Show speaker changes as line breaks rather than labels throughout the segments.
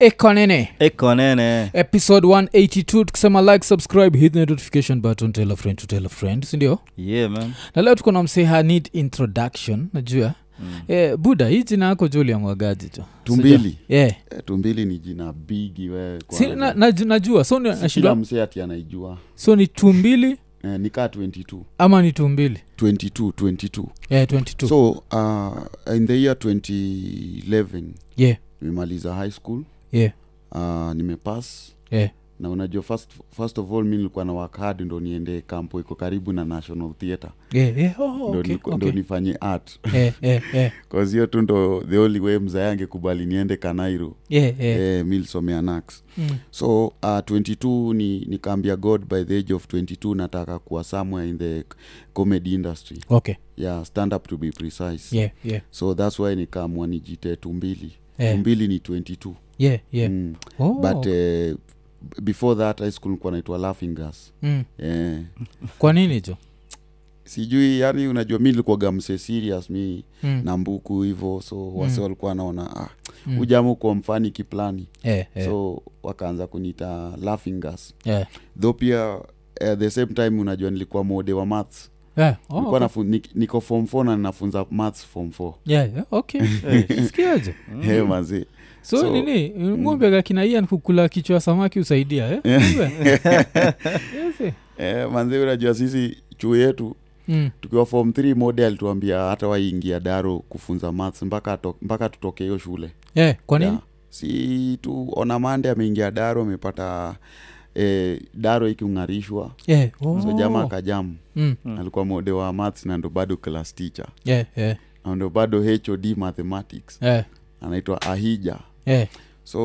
eka nene
eko nene
episode 182 tukisema like subscribe hit the notification button tell a friend to tell a friend sindio
yeah man
na leo tuko na msee hanid introduction najua
mm.
eh, buda hii jina yako juu uliamwagaji tu
Tumbili.
Sijua. yeah.
Eh, tumbili ni jina bigi wewe kwa-
si, na, na, najua so ni,
Si
nashindwa-
kila msee ati anaijua
so ni tumbili
eh, nikaa 22
ama ni tumbili Eh,
22 22
yeah, 22 so,
so uh, in the year 2011
yeah,
nimemaliza high school
yeah,
uh, nimepass
yeah.
na unajua first, first of all mi nilikuwa na work hard ndo niende kampo iko karibu na national theatre
Yeah, yeah. Oh,
ndo,
okay,
niko-
okay. Eh,
ndo nifanye art
Yeah, yeah, yeah,
cause hiyo tu ndo the only way mzaya angekubali niende kanairo
yeah, yeah.
eh, mi nilisomea nax
Mm.
so uh, 22 ni nikaambia god by the age of 22 nataka kuwa somewhere in the comedy industry
okay
yeah stand up to be precise
yeah, yeah,
so that's why nikaamua nijite tumbili
Eh.
tumbili ni 22
yeah, yeah.
mm.
Oh,
but eh, b- before that high school nikuwa naitwa laughing gas
mm.
eh,
kwa nini jo
sijui yani unajua mi nilikuwaga mse serious mi
Mm.
na mbuku hivo so wase walikuwa naona ah,
Mm.
ujamu kuwa mfani kiplani
Eh, eh,
so wakaanza kuniita laughing gas
eh.
though pia at the same time unajua nilikuwa mode wa maths
Eh, oh,
oh,
okay.
nafu, ni, niko form 4 na ninafunza maths form 4
Yeah, yeah, okay. Sikiaje?
he mazi
Mm. so,
So, mm.
nini ngombe kakina ian kukula kichwa ya samaki usaidia eh? Ng'ombe? Yes, eh.
eh, manzi unajua sisi chuo yetu
Mm.
tukiwa form 3 mode alituambia hata waingia daro kufunza maths mpaka, to, mpaka tutoke hiyo shule
Eh, kwa nini
Yeah. si tu ona mande ameingia daro amepata eh, daro iking'arishwa
Eh, oh.
so jama akajamu
Mm.
alikuwa mode wa maths na ndo bado class teacher
Eh, eh,
na ndo bado hod mathematics
eh,
anaitwa ahija
eh.
so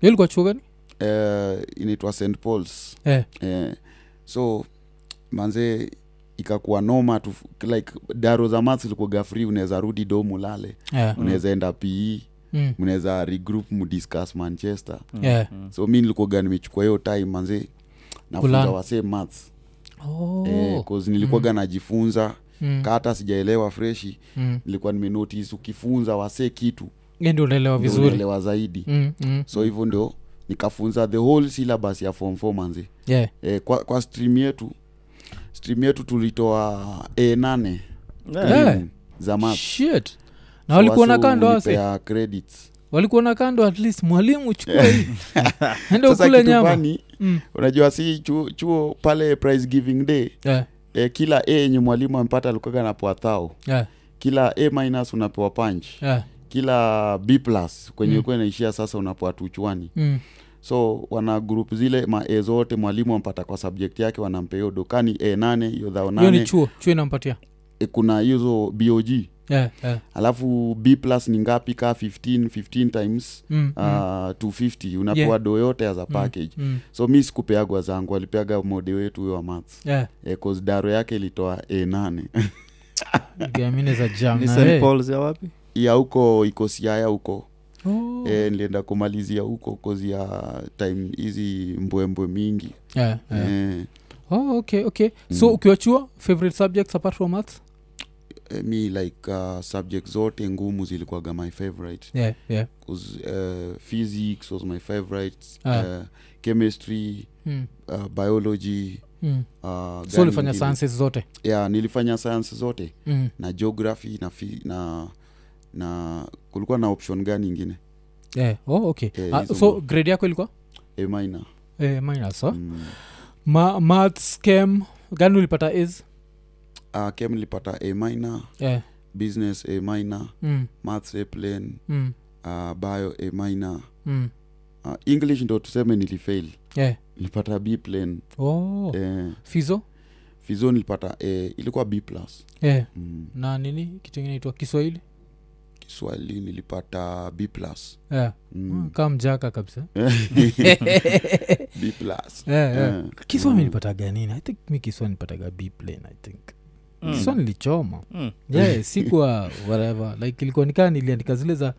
Hiyo ilikuwa chuo gani
uh, inaitwa st pauls
eh,
uh, so manze ikakuwa noma tu, like daro za mats ilikuwaga free unaweza rudi do mulale
eh,
unaweza enda pe
mm,
mnaweza regroup mudiscuss manchester
eh.
so mi nilikuwaga nimechukua hiyo time manze nafunza
Kulala.
wasee mats
Oh.
eh, cause nilikuwaga najifunza
Mm.
ka hata sijaelewa freshi
Mm.
nilikuwa nimenotice ukifunza wasee kitu
Yeye ndio unaelewa
ndio
vizuri
unaelewa zaidi
Mm, mm.
so hivyo ndio nikafunza the whole syllabus ya form four manzi
Yeah.
e, kwa, kwa stream yetu stream yetu tulitoa e nane
Eh.
za maths.
Shit. na
So
walikuwa na
wase
kando wase
ulipea credits
walikuwa na kando at least mwalimu chukua hii ende
sasa
ukule
kitu
nyama
fani
Mm.
unajua si chuo, chuo pale prize giving day
Eh,
e, kila a yenye mwalimu amepata alikuwaga anapewa thao
eh,
kila a minus unapewa punch
eh.
kila b plus kwenye ilikuwa inaishia sasa unapewa tuchwani
Mm.
so wana group zile mae zote mwalimu ampata kwa subject yake wanampea hiyo dokani e nane hiyo dhao
hiyo ni
nane
chuo chuo inampatia
e, kuna hizo bog
Eh, eh.
alafu b plus ni ngapi ka 15 15 times
Mm,
uh, 250 unapewa
Yeah.
do yote as a package
mm.
so mi sikupeagwa zangu alipeaga mode wetu huyo wa maths
Eh,
e, cause daro yake ilitoa e nane
gamine za jam
ni
na
St.
wewe.
Paul's ya wapi
ya huko ikosiaya huko
Oh.
e, nilienda kumalizia huko kozi ya time hizi mbwembwe mingi
Eh, eh.
e,
Oh, okay, okay.
Mm.
so ukiwa chuo favorite subjects apart from maths
e, mi like uh, subject zote ngumu zilikuwaga my favorite
yeah, yeah.
'Cause, uh, physics was my favorite
Ah.
uh, chemistry
Mm.
uh, biology
Mm.
uh,
so
gani
ulifanya
ingine?
sciences zote
yeah, nilifanya science zote
mm.
na geography na, fi, na na kulikuwa na option gani ingine
yeah. oh, okay.
Eh,
Ah,
hizo
so
mo-
grade yako ilikuwa
a minor
eh, minus, huh?
mm.
Ma- maths chem gani ulipata is
uh, kem nilipata a minor
eh.
business a minor
mm.
maths a plain
Mm.
uh, bio a minor
Mm.
uh, english ndo tuseme nilifail
Yeah.
nilipata b plain
Oh.
eh,
fizo
fizo nilipata eh, ilikuwa b plus
eh.
mm.
na nini kitu ingine itwa kiswahili
kiswahili nilipata b plus
eh.
mm.
kaa mjaka kabisa
b plus
Eh, eh.
Eh,
kiswa
mm.
nilipataga nini i think mi kiswa nilipataga b plane i think
Mm.
kiswa nilichoma
Mm.
yeah, sikuwa whatever like ilikuwa nikaa niliandika zile za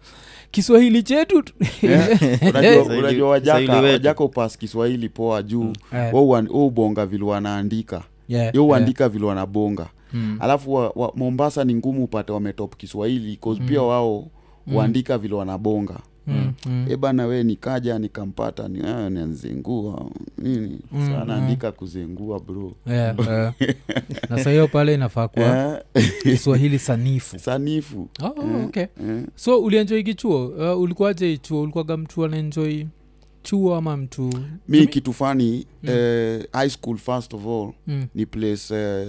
kiswahili chetu tu.
Eh, unajua
Kiswahili-
unajua
Kiswahili
wajaka
wetu.
wajaka upas kiswahili poa juu
Eh,
Wao huan- wao ubonga vile wanaandika
yeah,
yo
yeah.
uandika vile wanabonga
Eh. Mm.
alafu wa, wa, mombasa ni ngumu upate wametop kiswahili cause pia wao huandika vile wanabonga
mm, mm.
e bana we nikaja nikampata ni, ah, nanzengua nini
Mm,
sana
mm.
andika kuzengua bro
Yeah, eh. na saa hiyo pale inafaa kuwa
Eh,
kiswahili sanifu
sanifu
oh, okay.
eh.
so ulienjoi kichuo uh, ulikuwaje ichuo ulikuwaga mtu anaenjoi chuo ama mtu
mi kitu fani eh, high school first of all
mm,
ni place eh,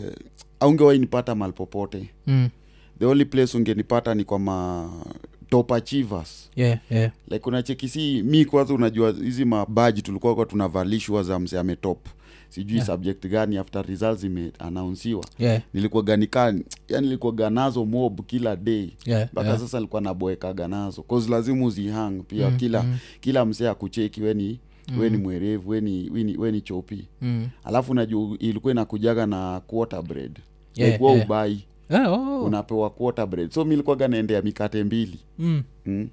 aungewai nipata mahali popote
mm,
the only place ungenipata ni kwa ma top achievers
yeah, yeah.
like unacheki si mi kwanza unajua hizi mabaji tulikuwa kwa tunavalishwa za mse ametop sijui
Yeah.
subject gani after results imeanaunsiwa
Yeah,
nilikuwaga nikaa yani nilikuwaga nazo mob kila day
yeah,
mpaka
yeah.
sasa nilikuwa naboekaga nazo cause lazima uzihang pia
Mm,
kila
mm,
kila msee akucheki weni
mm,
weni mwerevu weni, weni, weni chopi
mm.
alafu najua ilikuwa inakujaga na quarter bread
Yeah,
like wa
yeah.
ubai
Ah, oh.
unapewa quarter bread so mi nilikuwaga naendea mikate mbili
Mm.
Mm.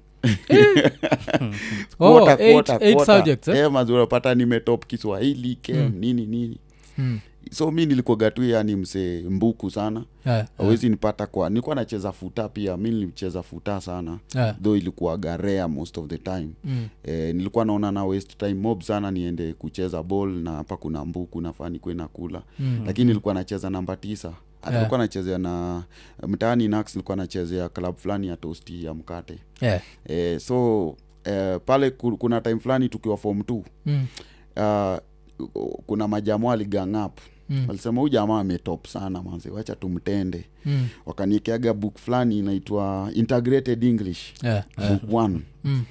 Oh,
Quarter,
eight-
quarter,
eight
quarter.
subjects, eh?
Eh, mazi unapata nimetop kiswahili kem
Mm.
nini nini
Mm.
so mi nilikuwaga tu yani msee mbuku sana
Yeah, yeah,
awezi nipata kwa nilikuwa nacheza futa pia mi nilicheza futa sana
yeah.
though ilikuwaga rare most of the time
Mm.
eh, nilikuwa naona na waste time mob sana niende kucheza ball na hapa kuna mbuku nafaa nikuwe nakula
Mm. Eh.
lakini nilikuwa nacheza namba tisa hata
Yeah.
nilikuwa nachezea na mtaani nax nilikuwa nachezea club fulani ya tosti ya mkate
Yeah.
eh, so eh, pale ku- kuna time fulani tukiwa form t
Mm.
uh, kuna majamaa waligang up
Mm.
walisema huu jamaa ametop sana manze wacha tumtende
Mm.
wakaniekeaga book fulani inaitwa integrated english
Yeah, yeah.
book one
Mm.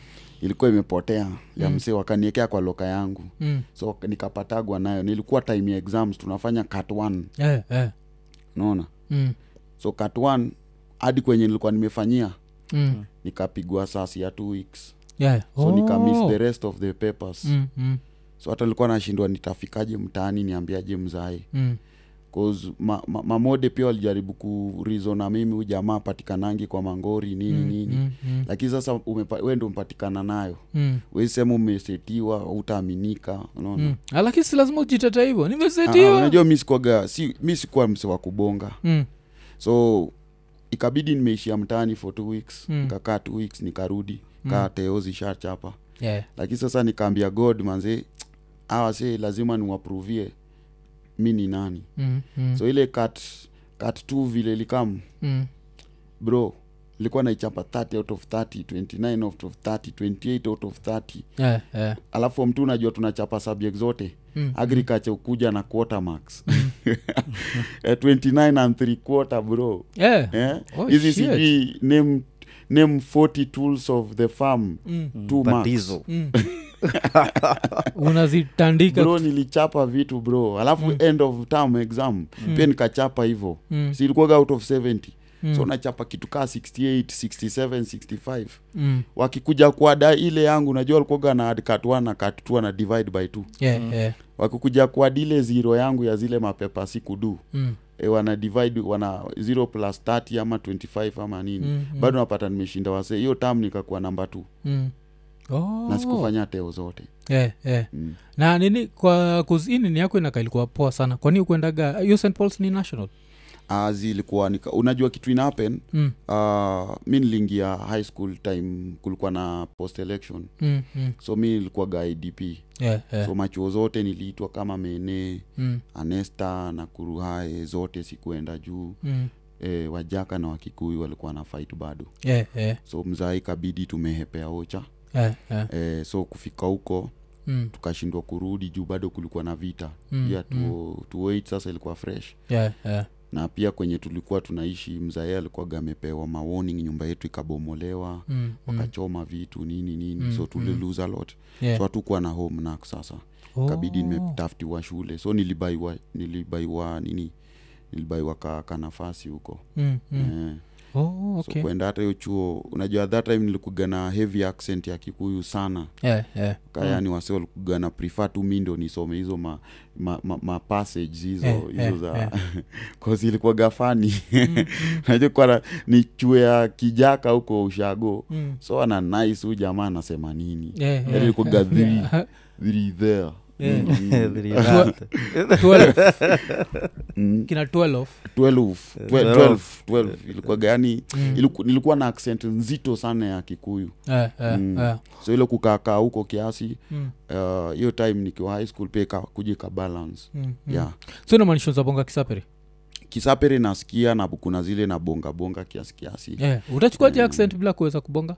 ilikuwa imepotea ya msee wakaniekea kwa loka yangu
Mm.
so nikapatagwa nayo nilikuwa time ya exams tunafanya cut one
Yeah, yeah.
unaona
Mm.
so cut one hadi kwenye nilikuwa nimefanyia
Mm.
nikapigwa sasi ya two weeks
Yeah.
so nikamiss
Oh.
the rest of the papers
Mm, mm,
so hata nilikuwa nashindwa nitafikaje mtaani niambiaje mzae
mm.
cause ma, ma, mamode pia walijaribu kurizo na mimi huyu jamaa patikanangi kwa mangori nini mm, nini
Mm, mm,
lakini sasa umepa- we ndo umepatikana nayo
mm.
wesema umesetiwa utaaminika unaona
Mm. Ah, lakini si lazima ujitata hivyo
Ah, ah,
nimesetiwa
unajua mi sikwaga si, mi sikuwa mse wa kubonga
Mm,
so ikabidi nimeishia mtaani for two weeks
Mm.
nikakaa two weeks nikarudi kaa teo zishachapa
yeah.
lakini sasa nikaambia god manze awa se lazima niwapruvie mi ni nani
Mm, mm,
so ile kat kat t vile likam
mm.
bro ilikuwa naichapa 30 out of 30 29 out of 30 28 out of 30
Yeah, yeah.
alafu mtu unajua tunachapa subject zote
Mm.
agriculture ukuja na quarter marks Eh, 29 and 3 quarter bro
Yeah.
Eh?
Oh,
hizi
shit.
sijui name, name 40 tools of the farm
Mm,
two marks
tatizo
mm. unazitandika
bro nilichapa vitu bro alafu end of term exam pia nikachapa hivo
Mm,
silikuwaga out of 70
mm,
so nachapa kitu kaa 68 67 65
mm.
wakikuja kuada ile yangu najua walikuwaga na add cut 1 na cut 2 na divide by 2
Yeah, yeah.
wakikuja kuad ile ziro yangu ya zile mapepa sikudu
Mm,
e, wana divide wana 0 plus 30 ama 25 ama nini
Mm, mm.
bado napata nimeshinda wase hiyo tam nikakuwa namba tu
mm. Oh.
na sikufanya teo zote
Yeah, yeah.
mm.
na nini kwa kuzinini yako inakaa ilikuwa poa sana kwani ukuendaga hiyo st pauls uh, ni national
Ah, zilikuwa nika, unajua kitu ina happen
mm,
uh, mi niliingia high school time kulikuwa na post election
mm, mm.
so mi nilikuwaga idp
Yeah, yeah.
so machuo zote niliitwa kama mene
mm,
anesta na kuruhae zote sikuenda juu
mm.
e, wajaka na wakikuyu walikuwa na fight bado
Yeah, yeah.
so mzaa ikabidi tumehepea ocha
Yeah, yeah.
e, so kufika huko
Mm,
tukashindwa kurudi juu bado kulikuwa na vita
Mm,
pia tuo, tuoit sasa ilikuwa fresh
yeah, yeah.
na pia kwenye tulikuwa tunaishi mzae alikuwaga amepewa mawarning nyumba yetu ikabomolewa
Mm, mm.
wakachoma vitu nini nini
Mm,
so tuliluza lot
Yeah.
so hatukuwa na home nak sasa kabidi
Oh.
nimetafutiwa shule so nilibaiwa nilibaiwa nini nilibaiwa ka, ka nafasi huko
Mm, mm.
eh.
Oh,
so
okay.
kwenda hata hiyo chuo unajua that time nilikuga na heavy accent ya kikuyu sana
Yeah, yeah.
kayani mm. wase walikuga na prefer tu mi ndo nisome hizo ma, ma, ma, ma passage hizo
Eh,
hizo
eh, Mm.
za kozi ilikuwa gafani najua kwa na- ni chue ya kijaka huko ushago
Mm. Eh,
so ana nice huyu jamaa anasema nini
Yeah,
Yaani
yeah.
ilikuwa Mm,
Yeah.
three there
eh,
Three rand.
12,
Mm,
kina 12
12, twe-
Twelve.
12, 12, ilikuwa gani
Mm.
iliku- yaani nilikuwa na accent nzito sana ya kikuyu
eh, eh,
Mm.
eh,
so ile kukaakaa huko kiasi
mm,
uh, hiyo time nikiwa high school pia kujika balance
mm, mm.
mm. yeah
so inamaanisha uzabonga kisaperi
kisapere nasikia na kuna zile na bonga bonga kiasi kiasi
yeah. utachukuaje accent bila kuweza kubonga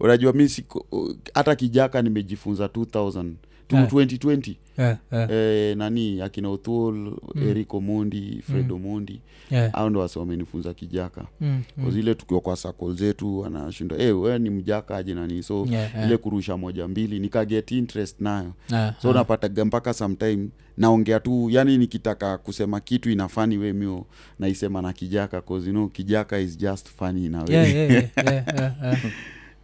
unajua mi siko- uh, hata kijaka nimejifunza 2000 tu
Eh.
2020
eh, eh,
eh, nani akina othol
Mm.
eric omondi fred omondi
eh,
au ndo wase wamenifunza kijaka
mm, mm.
zile tukiwa kwa sakol zetu anashinda hey, we ni mjaka aje nani so
Yeah, yeah.
ile kurusha moja mbili nikaget interest nayo
Eh,
so
eh.
napataga mpaka sometime naongea tu yani nikitaka kusema kitu inafani we mio naisema na kijaka cause you know, kijaka is just funny na we
Yeah, yeah, yeah, yeah, yeah,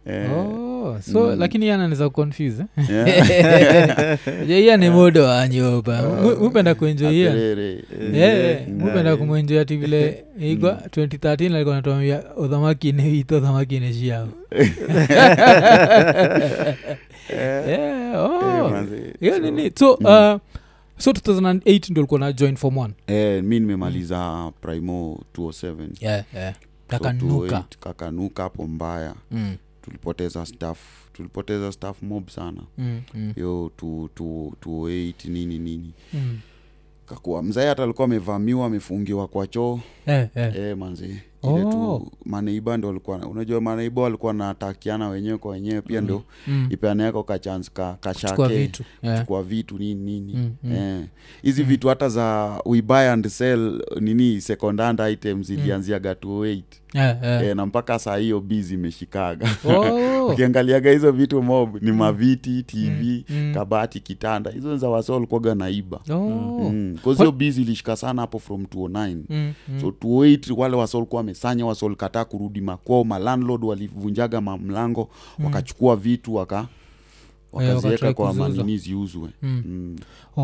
yeah. Oh, so
Eh. mm.
lakini ananiza kuconfuse eh?
Yeah.
jaiya Eh. ni modo wanyoba
Oh.
mupenda kuenjoia
Aterere.
mupenda kumwenjoia ti vile igwa
Mm.
2013 alikuwa natuambia uthamaki ni itu uthamaki ni ciao Yeah,
Eh,
oh.
manze. mm.
hiyo nini so uh, so 2008 ndo ulikuwa na join form one
Eh, mi nimemaliza primo 207
yeah, yeah.
So
kakanuka
208, kakanuka hapo mbaya
mm,
tulipoteza staff tulipoteza staff mob sana
mm, mm,
yo 208 nini nini
mm.
kakuwa mzae hata alikuwa amevamiwa amefungiwa kwa choo
Eh, eh.
e, manzi ile
Oh.
tu maneiba ndo walikuwa na- unajua maneiba walikuwa natakiana wenyewe kwa wenyewe pia ndo
Mm.
ipeane yako kachans ka,
chukua
kashake
vitu yeah.
chukua vitu nini nini
Mm, mm.
Eh, hizi vitu hata za we buy and sell nini second hand items
Mm.
ilianziaga 208
Yeah, yeah.
eh, na mpaka saa hiyo bizi imeshikaga
Oh.
ukiangaliaga hizo vitu mob ni maviti tv
Mm, mm.
kabati kitanda hizo za wasee walikuwaga naiba
Oh.
Mm, 'cause hiyo bizi ilishika sana hapo from 209
Mm, mm.
so 208 wale wasolkuwa wamesanya wasolkataa kurudi makwao malandlord walivunjaga mamlango wakachukua vitu waka wakaziweka
Mm. Eh, wakatry
kwa
kuziuza.
manini ziuzwe mm.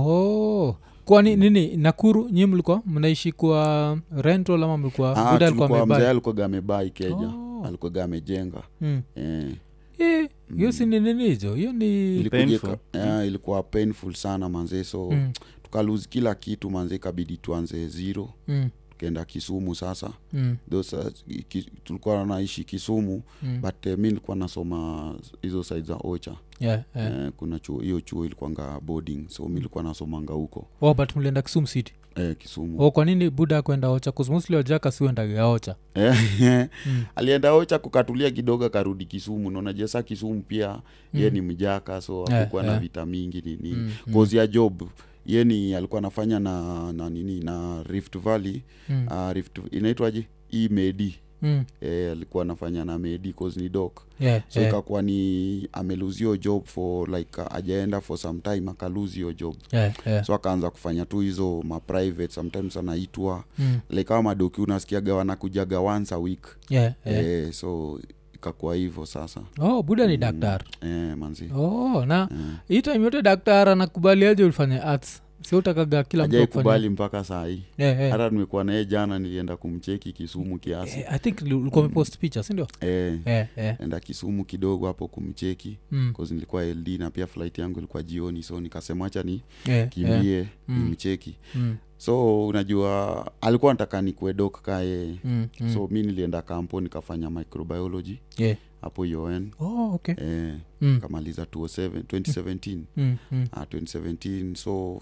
oh kwani nini nakuru nyi mlikuwa mnaishi kwa rental ama mlikuwa
Ah,
buda alikuwa
tulikuwa mzee
amebai
alikuwaga amebai keja
Oh.
alikuwaga amejenga
Mm.
eh,
Eh, hiyo si ni nini hizo hiyo ni
ilikuja-
Painful.
eh, ilikuwa painful sana manzee so
Mm.
tukalose kila kitu manzee ikabidi tuanze zero
Mm,
tukaenda kisumu sasa
mm,
Though sa- ki, tulikuwa naishi kisumu
Mm.
but eh, mi nilikuwa nasoma hizo side za ocha
yeah, yeah.
eh, kuna chuo hiyo chuo ilikuanga boarding so milikuwa nasomanga huko
Oh, but mlienda kisum city
eh, kisumu
oh, kwa nini buda kwenda ocha kusmosli wajaka siuendaga ocha
Eh,
Hmm.
alienda ocha kukatulia kidogo akarudi kisumu naonajua saa kisumu pia ye ni mjaka so
Hmm. Eh,
akukuwa na
eh.
vita mingi nini
Mm,
kozi ya job ye ni alikuwa anafanya na na nini na rift valley
Mm.
ah, rift inaitwaje hii medi
Mm.
eh, alikuwa anafanya na medi cause ni dok
Yeah,
so
yeah.
ikakuwa ni ameluzio job for like ajaenda for some time akaluzio job
Yeah, yeah.
so akaanza kufanya tu hizo maprivate sometimes anaitwa
Mm.
like kama madoki unasikiaga wanakujaga once a week
Yeah, yeah.
eh, so ikakuwa hivyo sasa
oh buda
Mm.
ni daktar
eh, manzi
oh na
Eh.
hii time yote daktar anakubaliaje ulifanya arts siutakaga kila mtu
ajaikubali mpaka saa hii
kufanya- Yeah, yeah.
hata nimekuwa naye jana nilienda kumcheki kisumu kiasi
Eh, i think li- ulikuwa umepost picha sindio
eh,
Eh, eh.
enda kisumu kidogo hapo kumcheki
Mm,
'cause nilikuwa ld na pia flight yangu ilikuwa jioni so nikasema hacha ni
eh, eh,
kimbie nimcheki
mm,
so unajua alikuwa nataka nikuedok kae
mm, mm.
so mi nilienda kampo nikafanya microbiology
Yeah.
hapo yoen
Oh, okay.
eh,
Mm,
kamaliza 207 2017
mm, mm,
ah, 2017 so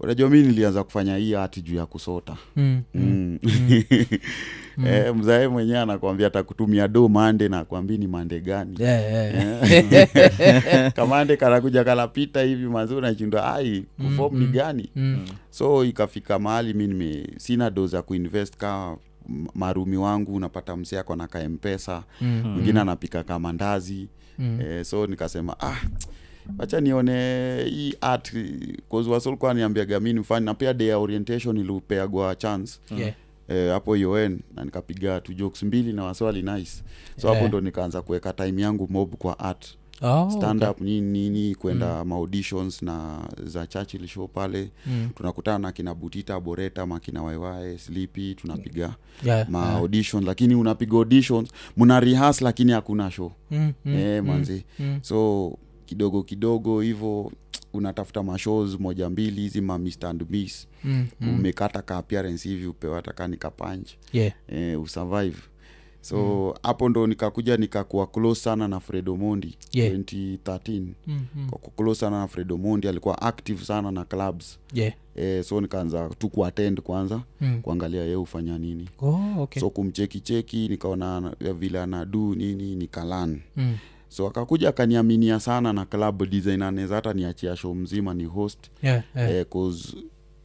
unajua mi nilianza kufanya hii hati juu ya kusota
mm, mm.
mm. eh, mzae mwenyewe anakwambia atakutumia do mande na akwambii ni mande gani
Yeah, yeah, yeah.
kamande kanakuja kanapita hivi mazuri nachindwa ai kufom ni gani
Mm,
so ikafika mahali mi nime sina do za kuinvest ka m- marumi wangu unapata msee ako na kaempesa
mm,
mwingine anapika kamandazi
Mm.
eh, so nikasema ah wacha nione hii art kuzwasolkwa niambiaga mi nifani na pia day ya orientation iliupeagwa chance
yeah.
eh, hapo un na nikapiga tu jokes mbili na waswali nice so hapo
Yeah.
ndo nikaanza kuweka time yangu mob kwa art
Oh,
stand up nini nini kwenda mm. mauditions na za churchill show pale
Mm.
tunakutana na kina butita boreta makina waiwae slipi tunapiga
yeah,
ma
yeah.
auditions lakini unapiga auditions mna rehas lakini hakuna show
Mm, mm,
eh,
mm,
manzi
mm.
so kidogo kidogo hivo unatafuta mashows moja mbili hizi ma mist and miss
mm,
mm.
mm.
umekata ka appearance hivi upewa taka nikapanch
yeah.
eh, usurvive
Mm.
so hapo ndo nikakuja nikakuwa close sana na fredomondi
Yeah.
2013
Mm, mm.
kwa close sana na fredomondi alikuwa active sana na clubs
yeah.
eh, so nikaanza tu kuatend kwanza
mm.
kuangalia ye hufanya nini
oh, okay.
so kumchekicheki nikaona ana- ya vile anadu nini nikalan
mm.
so akakuja akaniaminia sana na club design anaweza hata niachia show mzima ni host
yeah, yeah.
eh, 'cause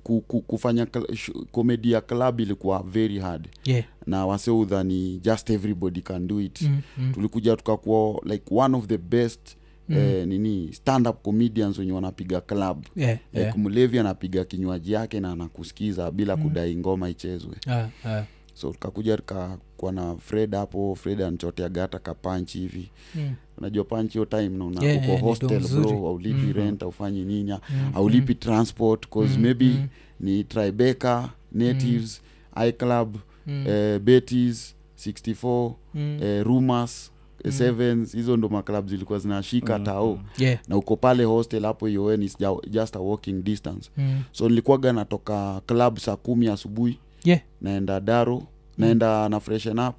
ku, ku, kufanya kl- sh- comedy ya club ilikuwa very hard
yeah.
na wase udhani just everybody can do it
mm, mm.
tulikuja tukakuwa like one of the best mm. eh, nini stand up comedians wenye wanapiga club
yeah,
yeah.
yeah.
like mlevi anapiga kinywaji yake na anakusikiza bila mm. kudai ngoma ichezwe
Ah, ah.
so tukakuja tukakuwa na fred hapo fred anchoteaga hata kapanchi hivi
Mm,
unajua panchi hiyo time nauna
Yeah,
yeah, uko
yeah, ni
hostel
dom
bro
zuri.
aulipi
Mhm.
mm-hmm. rent aufanyi nini
mm,
aulipi transport cause
Mm,
maybe
mm.
ni tribeca natives mm. iclub
mm,
eh, betis 64
mm.
eh, rumors
Mm.
mm. sevens hizo ndo maclub zilikuwa zinashika mm. tao
yeah.
na uko pale hostel hapo ioen is ju- just a walking distance
mm.
so nilikuwaga natoka club saa kumi asubuhi
yeah.
naenda daro naenda na freshen up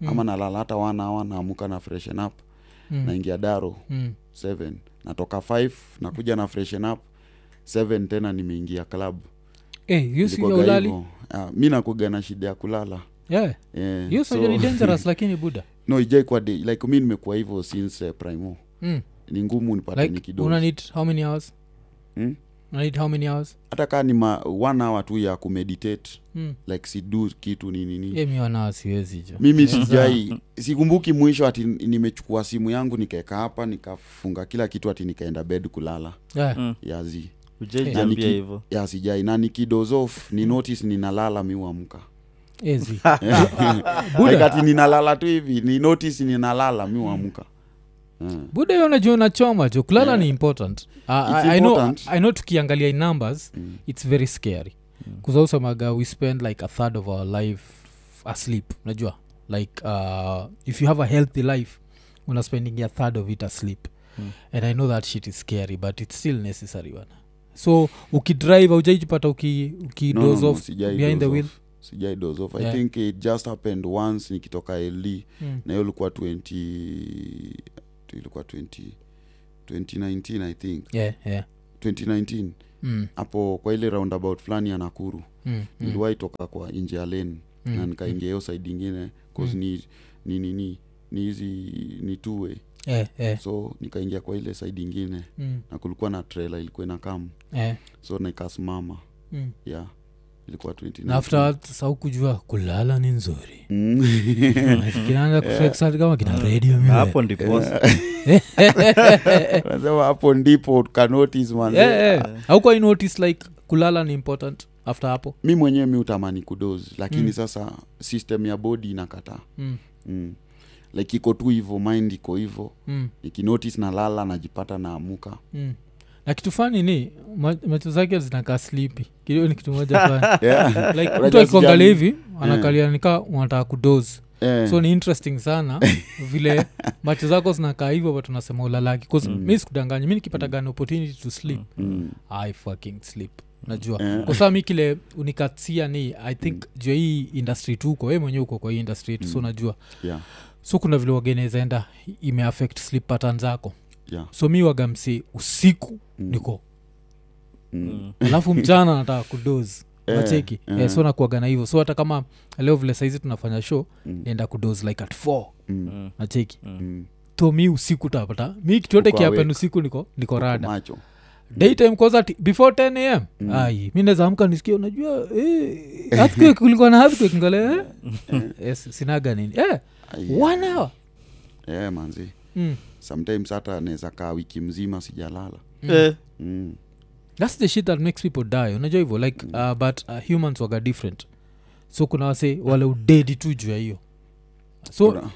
mm. ama nalala hata wana awa naamuka na freshen up
Mm.
naingia daro
Mm.
7 natoka 5 nakuja na freshen up 7 tena nimeingia club
Eh, hiyo si ya
Ilikuwaga
ulali
hivyo. Ah, mi nakuga na shida ya kulala
Yeah.
Eh,
hiyo
so-
so, ni dangerous lakini buda
no ijaikuwa like mi nimekuwa hivyo since eh, primo
mm.
ni ngumu nipate ni
like
kidogo
una need how many hours
Hmm?
una need how many hours
hata kaa ni ma, one hour tu ya kumeditate
mm.
like sidu kitu nini nini
yeah, mi wanao siwezi jo
mimi sijai sikumbuki mwisho ati nimechukua simu yangu nikaeka hapa nikafunga kila kitu ati nikaenda bed kulala
yeah.
Mm.
yazi Na
ujaijaambia
niki-
hivo
ya sijai na nikidozof ni notice ninalala miuamka
Ezi.
like
buda
ati ninalala tu hivi ni notice ninalala miuamka yeah.
buda hiyo najua nachoma jo kulala ni important, uh, I, I, know,
important.
i know tukiangalia in numbers
Mm.
it's very scary
Mm.
kuzausemaga we spend like a third of our life asleep unajua like uh, if you have a healthy life una spending a third of it asleep
Mm.
and i know that shit is scary but it's still necessary wana so ukidrive aujaijipata uki, uki
no, no,
doze
no,
off
sijai
behind the
doze
wheel
off. sijai doze off
Yeah.
i think it just happened once nikitoka eli
Mm.
na hiyo ilikuwa 20 ilikuwa 20 2019 i think
yeah, yeah.
2019
Mm,
hapo kwa ile roundabout fulani ya nakuru
mm, mm,
niliwahi toka kwa nje ya lane
mm,
na nikaingia hiyo side ingine cause
Mm.
ni ni nini ni hizi ni tuwe
mm. Yeah, yeah.
so nikaingia kwa ile side ingine
Mm, Eh.
na kulikuwa na trailer ilikuwa ina kam
yeah,
so nikasimama
mm.
yeah ilikuwa 2019.
na afterwards sasa hukujua kulala ni nzuri
Mm.
kinaanza kuexcite kama kina radio mimi.
hapo ndiposa
Nasema hapo ndipo ukanotice manze.
Yeah, yeah. Haukuwahi eh. notice like kulala ni important after hapo
mi mwenyewe mi utamani kudozi lakini
Mm.
sasa system ya body inakataa
mm.
mm. like iko tu hivo mind iko hivo
Mm.
ikinotice nalala najipata naamuka
Mm. na kitu fani ni ma- macho zake zinakaa slipi kilio ni kitu moja fani
yeah.
like mtu
Unajua Mm.
akikuangalia
sijamii.
hivi anakalia nikaa unataka kudoze
eh.
so ni interesting sana vile macho zako zinakaa hivyo but unasema ulalaki bcause
Mm.
mi sikudanganya mi nikipataga an opportunity to sleep
Mm.
mm.
i fucking sleep najua
Eh.
kwa saa mi kile unikatia ni i think mm. jua hii industry tu uko we mwenyewe uko kwa hii industry tu so
Mm.
najua
yeah.
so kuna vile wagenezaenda imeaffect sleep pattern zako
yeah.
so mi wagamsi usiku
Mm.
niko
mm.
Mm.
alafu mchana nataka kudos
Eh,
nacheki
eh.
yeah, so nakuagana hivyo so hata kama leo vile saizi tunafanya show
Mm.
naenda kudos like at f
Mm.
Mm.
nacheki
Mm.
to mi usiku tapata mi kitu yote
Uko
kiapen
awake.
usiku niko niko rada
macho
daytime kwanza ti- before 10 am
Mm.
ai mi naweza amka nisikia unajua eh, earthquake kulikuwa na earthquake ngale eh? yes, sinaga nini eh,
Ai,
one hour
eh, manzi
mm.
sometimes hata naweza kaa wiki mzima sijalala
Eh,
mm.
that's the shit that makes people die unajua hivyo like uh, but uh, humans waga different so kuna wase wale udedi tu juu ya hiyo so
Una-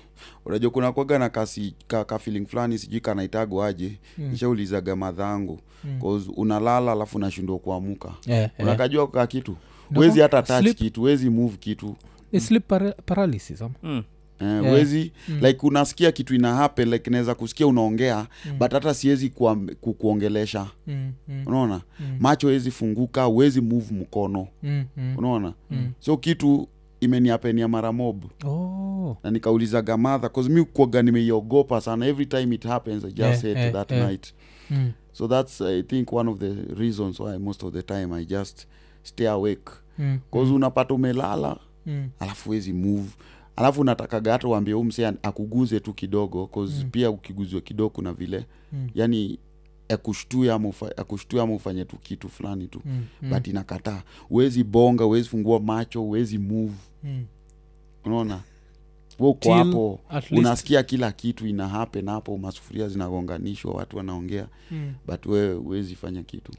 unajua kuna kwaga na kasi ka, ka feeling fulani sijui kanaitago aje
Mm.
nishaulizaga madhangu
Mm.
cause unalala alafu unashindwa kuamuka
eh, eh,
unakajua ka kitu
Ndio.
huwezi hata touch
Sleep.
kitu huwezi move kitu
ni sleep para- paralysis ama
mm.
eh,
Yeah.
wezi
Mm.
like unasikia kitu ina happen like naweza kusikia unaongea mm. but hata siwezi kuam- ku- kuongelesha
Mm, mm,
unaona
mm,
macho wezi funguka wezi move mkono
mm, mm.
unaona
Mm.
so kitu imeniapenia mara mob
Oh.
na nikaulizaga madha cause mi kuaga nimeiogopa sana every time it happens i just
Yeah,
hate
yeah,
that
yeah.
night
Mm.
so that's i think one of the reasons why most of the time i just stay awake
Mm.
cause unapata umelala
Mm.
alafu wezi move alafu natakaga hata uambie huu msee an- akuguze tu kidogo cause
Mm.
pia ukiguzwa kidogo kuna vile
Mm.
yani akushtue ama ufa- akushtue ama ufanye tu kitu fulani tu
Mm. Mm.
but inakataa uwezi bonga uwezi fungua macho uwezi move
Mm.
unaona we uko
Till
hapo
at least-
unasikia kila kitu ina happen hapo masufuria zinagonganishwa watu wanaongea
Mm.
but wewe huwezi fanya kitu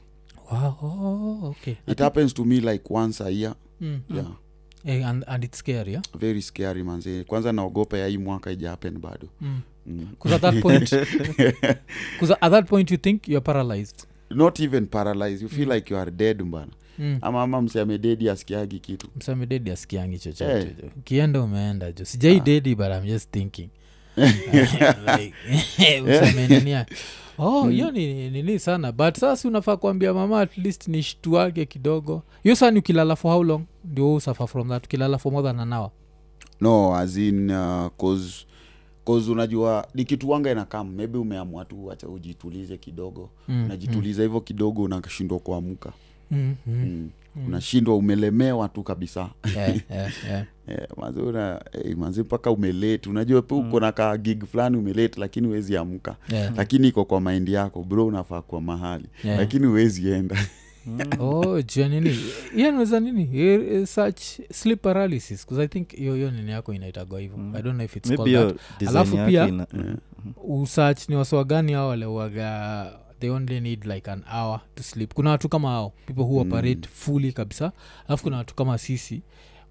Wow. Oh, okay.
it happens to me like once a year
Mm. Mm.
yeah
Eh, and, and it's scary yeah?
very scary manze kwanza naogopa ya hii mwaka ija happen bado
mm.
mm.
'Cause at that point 'cause at that point you think you're paralyzed
not even paralyzed you feel like you are dead bana
mm.
ama ama msiamededi asikiagi kitu
mseme dedi asikiangi
Eh.
chochote jo. ukienda umeenda jo
Ah.
sijai dedi but I'm just thinking Ah, Like, mseme nini ya-
Mm.
oh hiyo ni nini sana but sasa si unafaa kuambia mama at least nishtuage kidogo hiyo saa ni ukilala for how long ndio wewe suffer from that ukilala for more than an hour
no as in uh, cause, cause unajua ni kitu wanga inakam maybe umeamua tu acha ujitulize kidogo
Mm,
unajituliza hivyo kidogo unashindwa kuamuka
mm, mm.
mm. unashindwa umelemewa tu kabisa
yeah, yeah, yeah.
Eh, manze una- eh, manze mpaka umelate unajua pe uko na ka gig fulani umelate lakini huwezi amka
Mm. Yeah.
lakini iko kwa maindi yako bro unafaa kwa mahali
Yeah.
lakini huwezi enda
Mm.
oh jua nini hiyo naweza nini Eh, eh, such sleep paralysis bcause i think hiyo hiyo nini yako inaitagwa hivyo i don't know if it's
Mm. maybe
called that
hiyo design
Alafu
yake
pia- Mm.
ina-
usach ni wasoa gani hao waleuaga they only need like an hour to sleep kuna watu kama hao people who operate fully kabisa alafu kuna watu kama sisi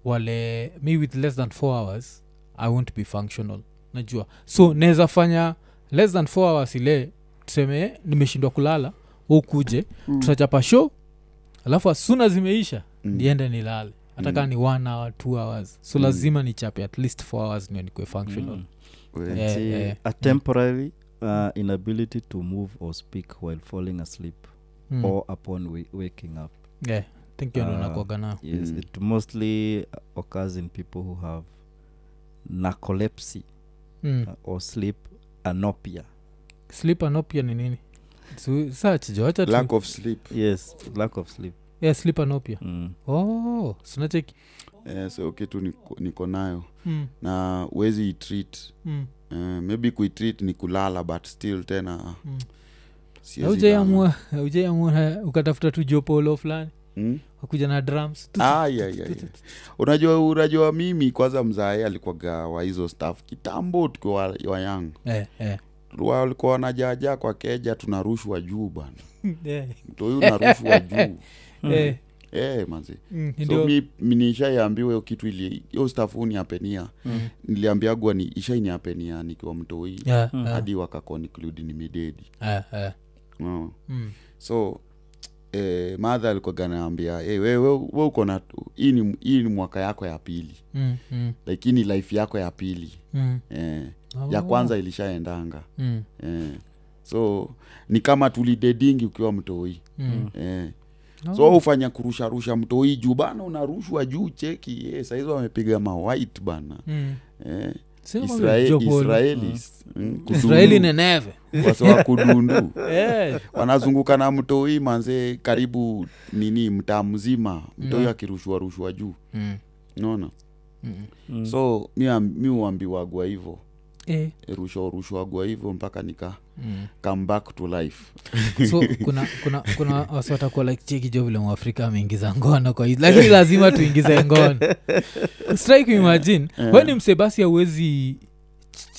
wale me with less than four hours i won't be functional najua so naweza fanya less than four hours ile tuseme nimeshindwa kulala ukuje mm. tutachapa show alafu asuna zimeisha mm. niende nilale hata kaa ni one hour two hours so lazima nichape at least four hours ndio nikue functional
Mm.
We-
Yeah,
See,
yeah.
a temporary uh, inability to move or speak while falling asleep
Mm.
or upon wi- waking up
yeah think hiyo ndo
Ah.
nakuaga nayo
yes
Mm.
it mostly uh, occurs in people who have narcolepsy
mm.
Ah.
uh, or sleep anopia
sleep anopia ni nini Su- search jo acha tu-
lack of sleep
yes lack of sleep
yeah, sleep anopia
mm.
oh sunacheki
eh, so kitu niko, niko nayo
mm,
na huwezi itreat
mm,
eh, maybe kuitreat ni kulala but still tena ah,
mm.
siwezi
Na hujaiamua- hujaiamua na ukatafuta tu jopolo fulani
lala. Mm?
wakuja na drums Tu-
Ah, yeah, yeah, yeah. unajua unajua mimi kwanza mzae alikwaga wa hizo staff kitambo tukiwa wayangu
eh, eh.
walikuwa wanajaajaa kwa keja tunarushwa juu bana
Eh,
toyu narushwa juu
eh,
e, manzi
mm,
so
ndio.
mi nishaiambiwa hiyo kitu ili hiyo stafu niapenia
Mm.
niliambiagwa ni ishainiapenia nikiwa mtoi
Yeah,
Mm.
yeah,
hadi wakakonclude ni midedi
yeah, yeah.
no.
Mm,
so eh, madha alikoganaambia hey, we, we, we uko na hii ni, hii ni mwaka yako ya pili
mm, mm,
like hii ni life yako ya pili
mm.
eh, ya
Oh.
kwanza ilishaendanga
Mm,
eh, so ni kama tulidedingi ukiwa mtoi
mm.
eh,
Oh.
so ufanya kurusharusha mtoi juu bana unarushwa juu cheki eh, sahizi wamepiga mawit bana
Mm.
eh,
Sema
Israeli-
jopolo.
Israeli mm, kudundu,
Ah. israeli neneve
wase wa kudundu
Eh,
wanazunguka na mtoi manze karibu nini mtaa mzima mtoi
Mm.
akirushwa rushwa juu
mm,
naona
mm.
Mm.
so mi am- mi huambiwagwa hivo
Eh,
rushwa rushwagwa hivo mpaka nika
mm.
come back to life
so kuna kuna kuna wasi watakuwa like cheki jo vile mwafrika ameingiza ngono kwa hizi lakini lazima tuingize ngono strike imagine yeah. weni msee basi awezi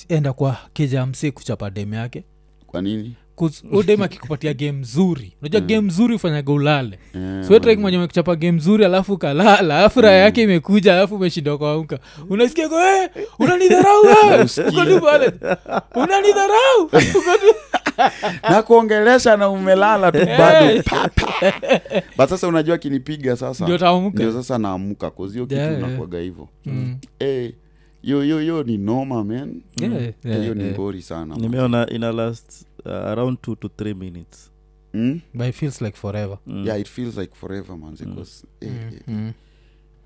enda kwa keja msee kuchapa dem yake
kwa nini
'Cause huyo dem akikupatia game mzuri unajua game mzuri ufanyaga ulale
Eh,
siwetraki mwenye amekuchapa game mzuri alafu kalala alafu raha yake imekuja alafu umeshindwa kuamka unasikia ko eh, unanidharau wewe." uko tu pale unanidharau Uko tu-
na kuongelesha na umelala tu bado
Eh.
pa, pa. but sasa unajua kinipiga
ndio
sasa
taamka
ndio sasa naamka kazio kitu
Yeah,
yeah,
yeah.
nakwaga hivo
Mm.
Eh, yo yo yo ni noma man
Yeah,
Mm.
yeah,
hiyo ni
yeah.
ngori sana man.
nimeona ina last uh, around two to three minutes
mm?
but it feels like forever
mm.
yeah it feels like forever man
Mm.
because eh,
mm.
eh,
Mm.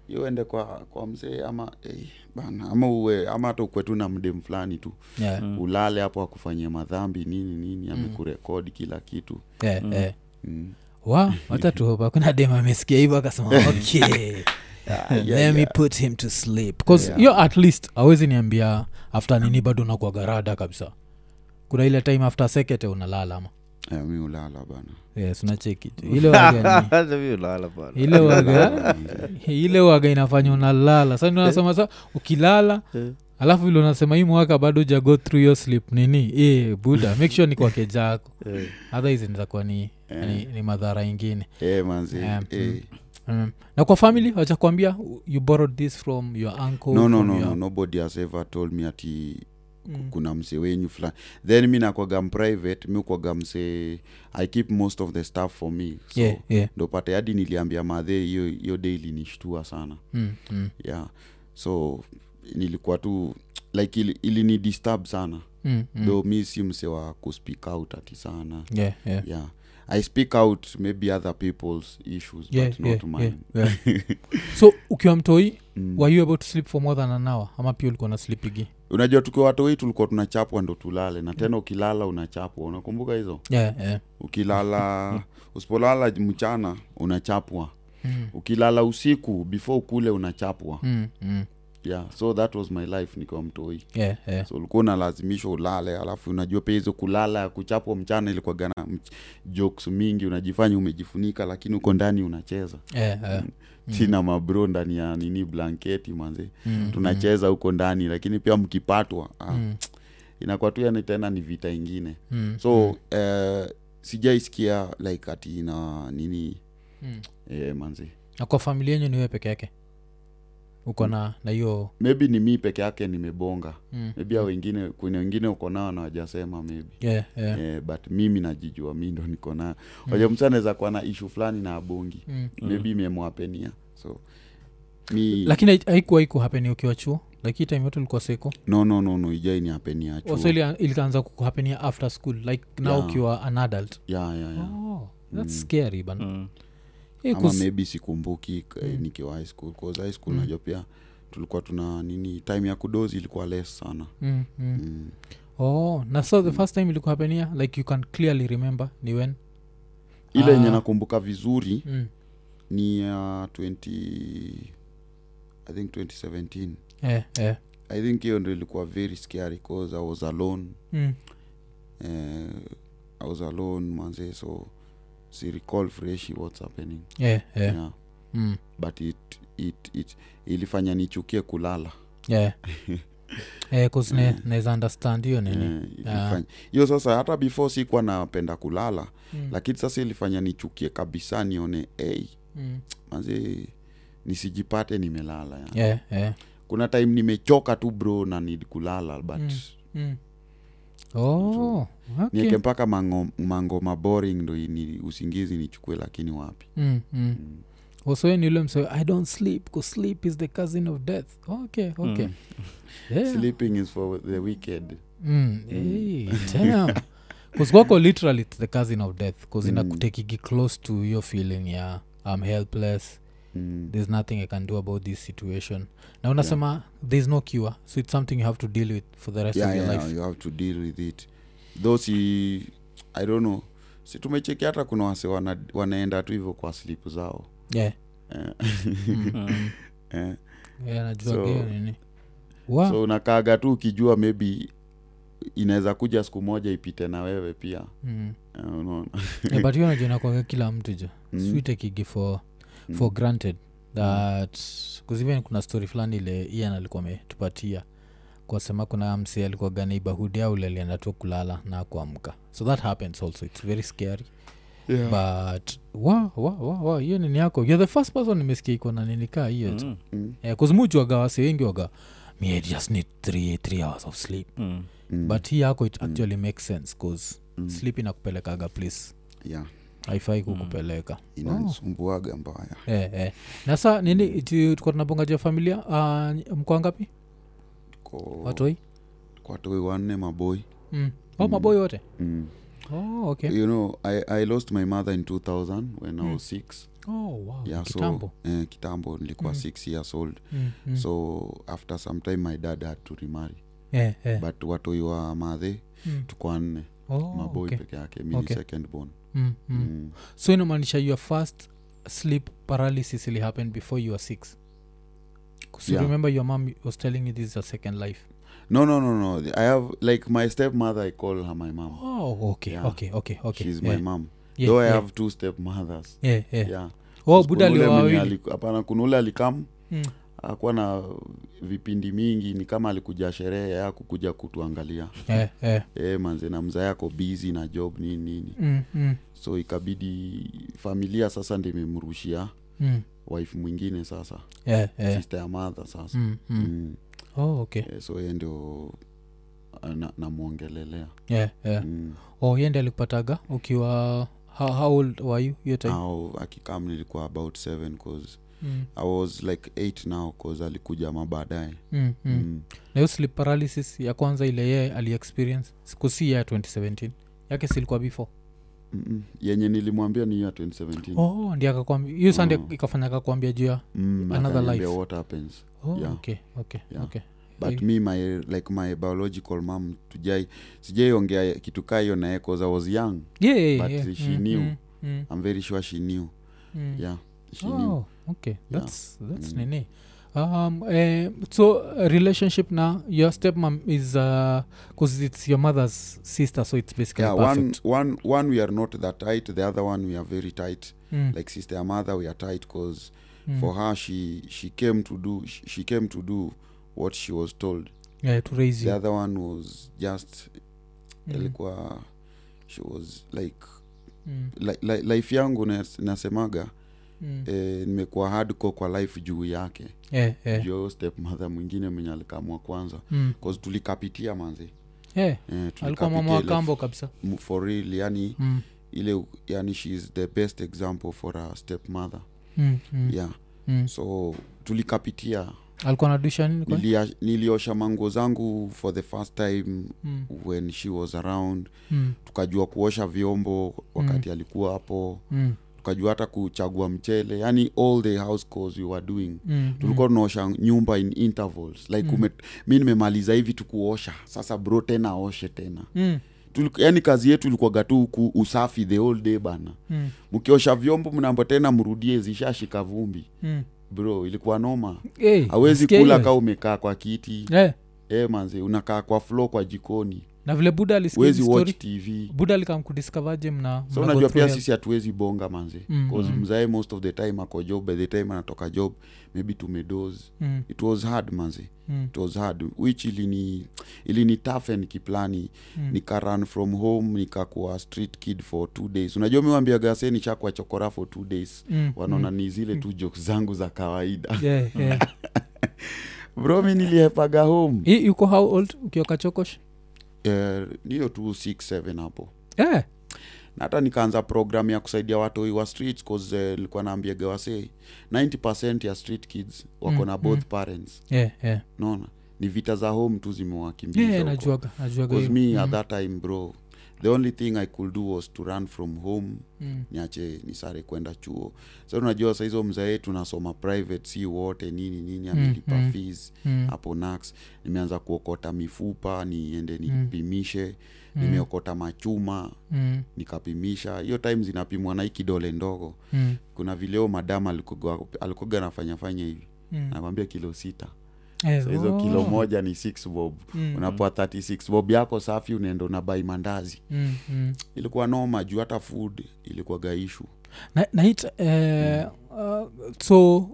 hiyo uende kwa kwa mzee ama eh, bana ama uwe ama hata ukwe tu na mdem fulani tu
Yeah,
Mm.
ulale hapo akufanyia madhambi nini nini
Mm.
amekurekodi kila kitu
yeah,
Mm.
yeah.
mm.
wa hata tuhopa kuna dem amesikia hivyo akasema okay
yeah,
let me
yeah.
put him to sleep bcause
Yeah.
hiyo at least awezi niambia after nini bado nakwa garada kabisa kuna ile time after sekete unalala ama
Eh, mi ulala bana
yes unacheki tu
Mm.
ile waga ni-
Mimi ulala bwana.
ile waga ile waga inafanya unalala sa ndio nasema sa ukilala
Eh.
alafu vile unasema hii mwaka bado ja go through your sleep nini e, buda make sure ni kwa keja yako
Eh.
otherwise nitakuwa ni, ni, ni madhara ingine
eh, manzi
Um,
eh.
mm. na kwa family wacha kuambia you borrowed this from your uncle
no, no,
from
no,
your,
no, nobody has ever told me ati
Mm.
kuna mse wenyu fulani then mi nakwaga private mi kwaga mse i keep most of the stuff for me so
yeah, yeah.
ndo pate hadi niliambia madhe hiyo hiyo day ilinishtua sana
Mm, mm,
yeah so nilikuwa tu like ili, ilini disturb sana
mm,
mm.
mm.
though mi si mse wa kuspeak out ati sana
yeah, yeah.
yeah i speak out maybe other people's issues
Yeah,
but not
yeah,
mine
yeah, yeah. so ukiwa mtoi
Mm.
were you able to sleep for more than an hour ama pia ulikuwa na sleep igi
unajua tukiwa watoi tulikuwa tunachapwa ndo tulale na tena ukilala unachapwa unakumbuka hizo
yeah, yeah.
ukilala usipolala mchana unachapwa
Mm,
ukilala usiku before ukule unachapwa
mm, mm.
yeah so that was my life nikiwa mtoi
yeah, yeah.
so ulikuwa unalazimishwa ulale alafu unajua pia hizo kulala kuchapwa mchana ilikuwagana mch- jokes mingi unajifanya umejifunika lakini uko ndani unacheza
yeah,
Mm.
yeah.
china mabro ndani ya nini blanketi manze
Mm,
tunacheza huko ndani lakini pia mkipatwa ah,
mm,
inakuwa tu yani tena ni vita ingine
mm,
so uh, sijaisikia like ati na nini
mm.
eh, manzi
na kwa familia yenyu niwe peke yake uko na na hiyo
maybe ni mi peke yake nimebonga
mm,
maybe hao wengine kuna wengine uko nao na wajasema maybe
yeah, yeah.
yeah. but mimi najijua mi ndo niko nao waja msa anaweza kuwa na ishu fulani na abongi
Mm.
mm. maybe imemwapenia so mi
lakini hai- haikuwa iku hapeni ukiwa chuo like hii time yote ulikuwa seko
no no no no ijai ni apenia
so ili- ilikaanza kuhapenia after school like now
Yeah.
ukiwa an adult
yeah, yeah, yeah.
oh, that's
Mm.
scary bana
Mm.
Hey,
ama
kus-
maybe sikumbuki
Mm.
mm. nikiwa high school cause high school
Mm.
mm. najua pia tulikuwa tuna nini time ya kudozi ilikuwa less sana
Mm, mm.
mm.
oh na so the first time ilikuhapenia like you can clearly remember ni when
ile yenye
Ah.
nakumbuka vizuri
mm.
ni ya 20 i think 2017
eh, eh.
i think hiyo ndo ilikuwa very scary cause i was alone
Mm.
eh, i was alone manze so si recall fresh what's happening
Eh, eh.
yeah.
Mm.
but it, it, it ilifanya nichukie kulala
Eh. Eh, 'cause
Mm.
ne- naeza understand hiyo nini Ah.
Eh, ilifanya- hiyo sasa hata before sikuwa napenda kulala
Mm,
lakini sasa ilifanya nichukie kabisa nione hey,
mm.
manze nisijipate nimelala yani.
Eh, eh.
kuna time nimechoka tu bro na need kulala but
Mm. Mm. Oh, okay.
nieke mpaka mango- mangoma boring ndo ini- usingizi nichukue lakini wapi
Mm, mm.
Mm.
osoeni ule mse i don't sleep 'cause sleep is the cousin of death okay okay
Mm.
yeah.
sleeping is for the wicked
mm. hey, damn. 'Cause kwako literally it's the cousin of death bcause
Mm.
inakutekigi close to your feeling ya i'm helpless
Mm.
there's nothing i can do about this situation na unasema there's no cure so it's something you have to deal with for the rest
yeah,
of your
yeah,
life
you have to deal with it though si i don't know si tumecheki hata kuna wase wana, wanaenda tu hivyo kwa slip zao
yeah.
eh,
Mm.
Mm.
eh.
yeah, najua
So-
hiyo nini Wow.
so unakaaga tu ukijua maybe inaweza kuja siku moja ipite na wewe pia
mm.
Eh, unaona
yeah, but hiyo najua nakwaga kila mtu jo
Mm.
siuitekigi for for granted that kuziven kuna story fulani ile ian alikuwa ametupatia kwasema kuna msi alikuwaga neighborhood au ile alienda tu kulala na kuamka so that happens also its very scary
Yeah.
but wa wa wa wa hiyo nini yako you're the first person nimesikia iko na nini kaa hiyo mm.
Mm.
Mm,
eh, kuzimujuaga wase wengi waga "Me, I just need three, three hours of sleep
Mm.
mm,
but hii yako it actually makes sense cause
mm,
sleep inakupelekaga place
yeah.
Oh. haifai kukupeleka
inanisumbwaga mbaya
eh, eh. na saa nini tu- tulikuwa tunabonga juu ya familia uh, mkoa Ah, ngapi
kwa,
watoi
kwa toi wanne maboi
mm. oh, maboi wote
mm.
oh, okay.
you know I, i lost my mother in 2000 when
Mm.
i was six
oh, wow.
yeah,
kitambo
so eh, kitambo nilikuwa
Mm.
six years old
mm, mm.
so after some time my dad had to remarry
yeah, yeah.
but watoi wa madhe
Eh, mm.
tukwa nne
oh,
maboi
okay.
peke yake mi ni
Okay.
second born
mm, mm.
mm.
so inamaanisha your first sleep paralysis ili happen before you are six so
Yeah.
remember your mom was telling you this is your second life
no no no no i have like my stepmother i call her my mom
oh okay
Yeah.
okay okay okay
she's
yeah.
my mom
yeah,
though i
yeah.
have two stepmothers
yeah, yeah.
yeah.
oh
Kuna
buda
ule
aliwa
mwenye
wawili
aliku- hapana kuna ule alikam
Mm.
akuwa na vipindi mingi ni kama alikuja sherehe yako kuja kutuangalia
Eh, eh.
e, manze na mza yako bizi na job nini nini
Mm, mm,
so ikabidi familia sasa ndi imemrushia
mm.
wife mwingine sasa
Eh, eh.
sister ya madha sasa
Mm, mm.
Mm.
Oh, okay.
Eh, so ye ndio ana- namwongelelea
Yeah, yeah.
Mm.
Oh, yeye ndiye alikupataga ukiwa how, how old were you hiyo time
au akikam nilikuwa about seven cause
Mm,
i was like eight now cause alikuja mabaadaye
mm, mm.
Mm.
na hiyo sleep paralysis ya kwanza ile yeye aliexperience siku si ya 2017 yake silikuwa before
Mm-mm. yenye nilimwambia ni ya 2017
oh ndi akakwambia hiyo sande
Mm.
ikafanya akakwambia juu ya
Mm,
Another
akaniambia
life. Eh.
what happens
oh,
Yeah.
okay okay
Yeah.
okay
but
Like-
me my like my biological mam tujai sijaiongea kitu kaa hiyo naye cause i was young
yeah, yeah,
But
yeah.
she
Mm,
knew.
mm, mm,
i'm very sure she knew
mm.
yeah she knew
oh, okay
Yeah.
that's, that's
Mm.
nini um, eh, so uh, relationship na your stepmom is because it's your mother's sister so it's basically
yeah, one,
perfect
one, one we are not that tight the other one we are very tight
Mm,
like sister and mother we are tight cause
mm.
for her she she came to do she, she came to do what she was told
yeah, to raise
the
you
other one was just
Mm,
alikuwa she was like
mm,
li, li, life yangu nas- nasemaga
mm.
eh, nimekuwa hardcore kwa life juu yake
Yeah, yeah.
yeah. step mother mwingine mwenye alikamua kwanza
Mm,
'Cause tulikapitia manzi
yeah.
eh,
alikuwa mama wa
tulikapitia
kambo kabisa
ile- m- for real yani
mm,
ile yani she is the best example for a step mother
mm, mm,
yeah
mm.
so tulikapitia
alikuwa nadusha nini kwa
Nilia, niliosha mango zangu for the first time
mm,
when she was around
mm,
tukajua kuosha vyombo wakati alikuwa hapo
mm,
tukajua hata kuchagua mchele yani all the house calls we were doing
mm,
tulikuwa tunaosha nyumba in intervals like
Mm.
mm. ume, mi nimemaliza hivi tukuosha sasa bro tena aoshe tena
mm,
Tuliku, yani kazi yetu ilikuwaga tu ku- usafi the whole day bana
mm,
mkiosha vyombo mnaamba tena mrudie zishashika vumbi
mm.
bro ilikuwa noma
Hey,
hawezi
nasikia
kula
Eh, hiyo.
kaa umekaa kwa kiti
Eh,
e, manze unakaa kwa flo kwa jikoni
na vile buda alisikia
huwezi
hizi story,
watch tv
buda alikamkudiskavaje mna mna
so
go
unajua
through
pia
hell?
sisi hatuwezi bonga manze
Mm,
cause
mm.
mzae most of the time ako job by the time anatoka job maybe tumedoze
Mm,
it was hard manze
mm,
it was hard which ilini ilini tafen kiplani
mm.
nikarun from home nikakuwa street kid for two days unajua miwambia gase nishakwa chokora for two days
Mm,
wanaona ni zile tu jok zangu za kawaida
mm. Yeah, yeah.
bro mi nilihepaga home
Hii yuko how old ukioka chokosh
Eh, niyo tu 67 hapo
yeah.
na hata nikaanza program ya kusaidia watoi wa streets cause eh, nilikuwa naambiaga wasee 90 ya street kids wako
Mm,
na both
mm.
parents
Yeah, yeah.
naona ni vita za home tu zimewakimbiza
Yeah, yeah,
huko.
najuaga najuaga
Because
hiyo.
me
Mm,
at that time bro the only thing i could do was to run from home
mm,
niache nisare kwenda chuo sa unajua sahizo mza yetu nasoma private si wote nini
Mm,
nini amelipa
mm.
fees
mm,
hapo nax nimeanza kuokota mifupa niende
Mm.
nipimishe
Mm.
nimeokota machuma
mm,
nikapimisha hiyo time zinapimwa na hii kidole ndogo
mm,
kuna vileo madam alikoga alikoga anafanyafanya hivi
mm.
anakwambia kilo sita
Eh,
Sa hizo kilo
oh.
moja ni 6 bob
Mm,
unapoa 36 bob yako safi unaenda unabai mandazi
mm, mm.
ilikuwa noma juu hata food ilikuwa gaishu
Na- na hit eh, uh, so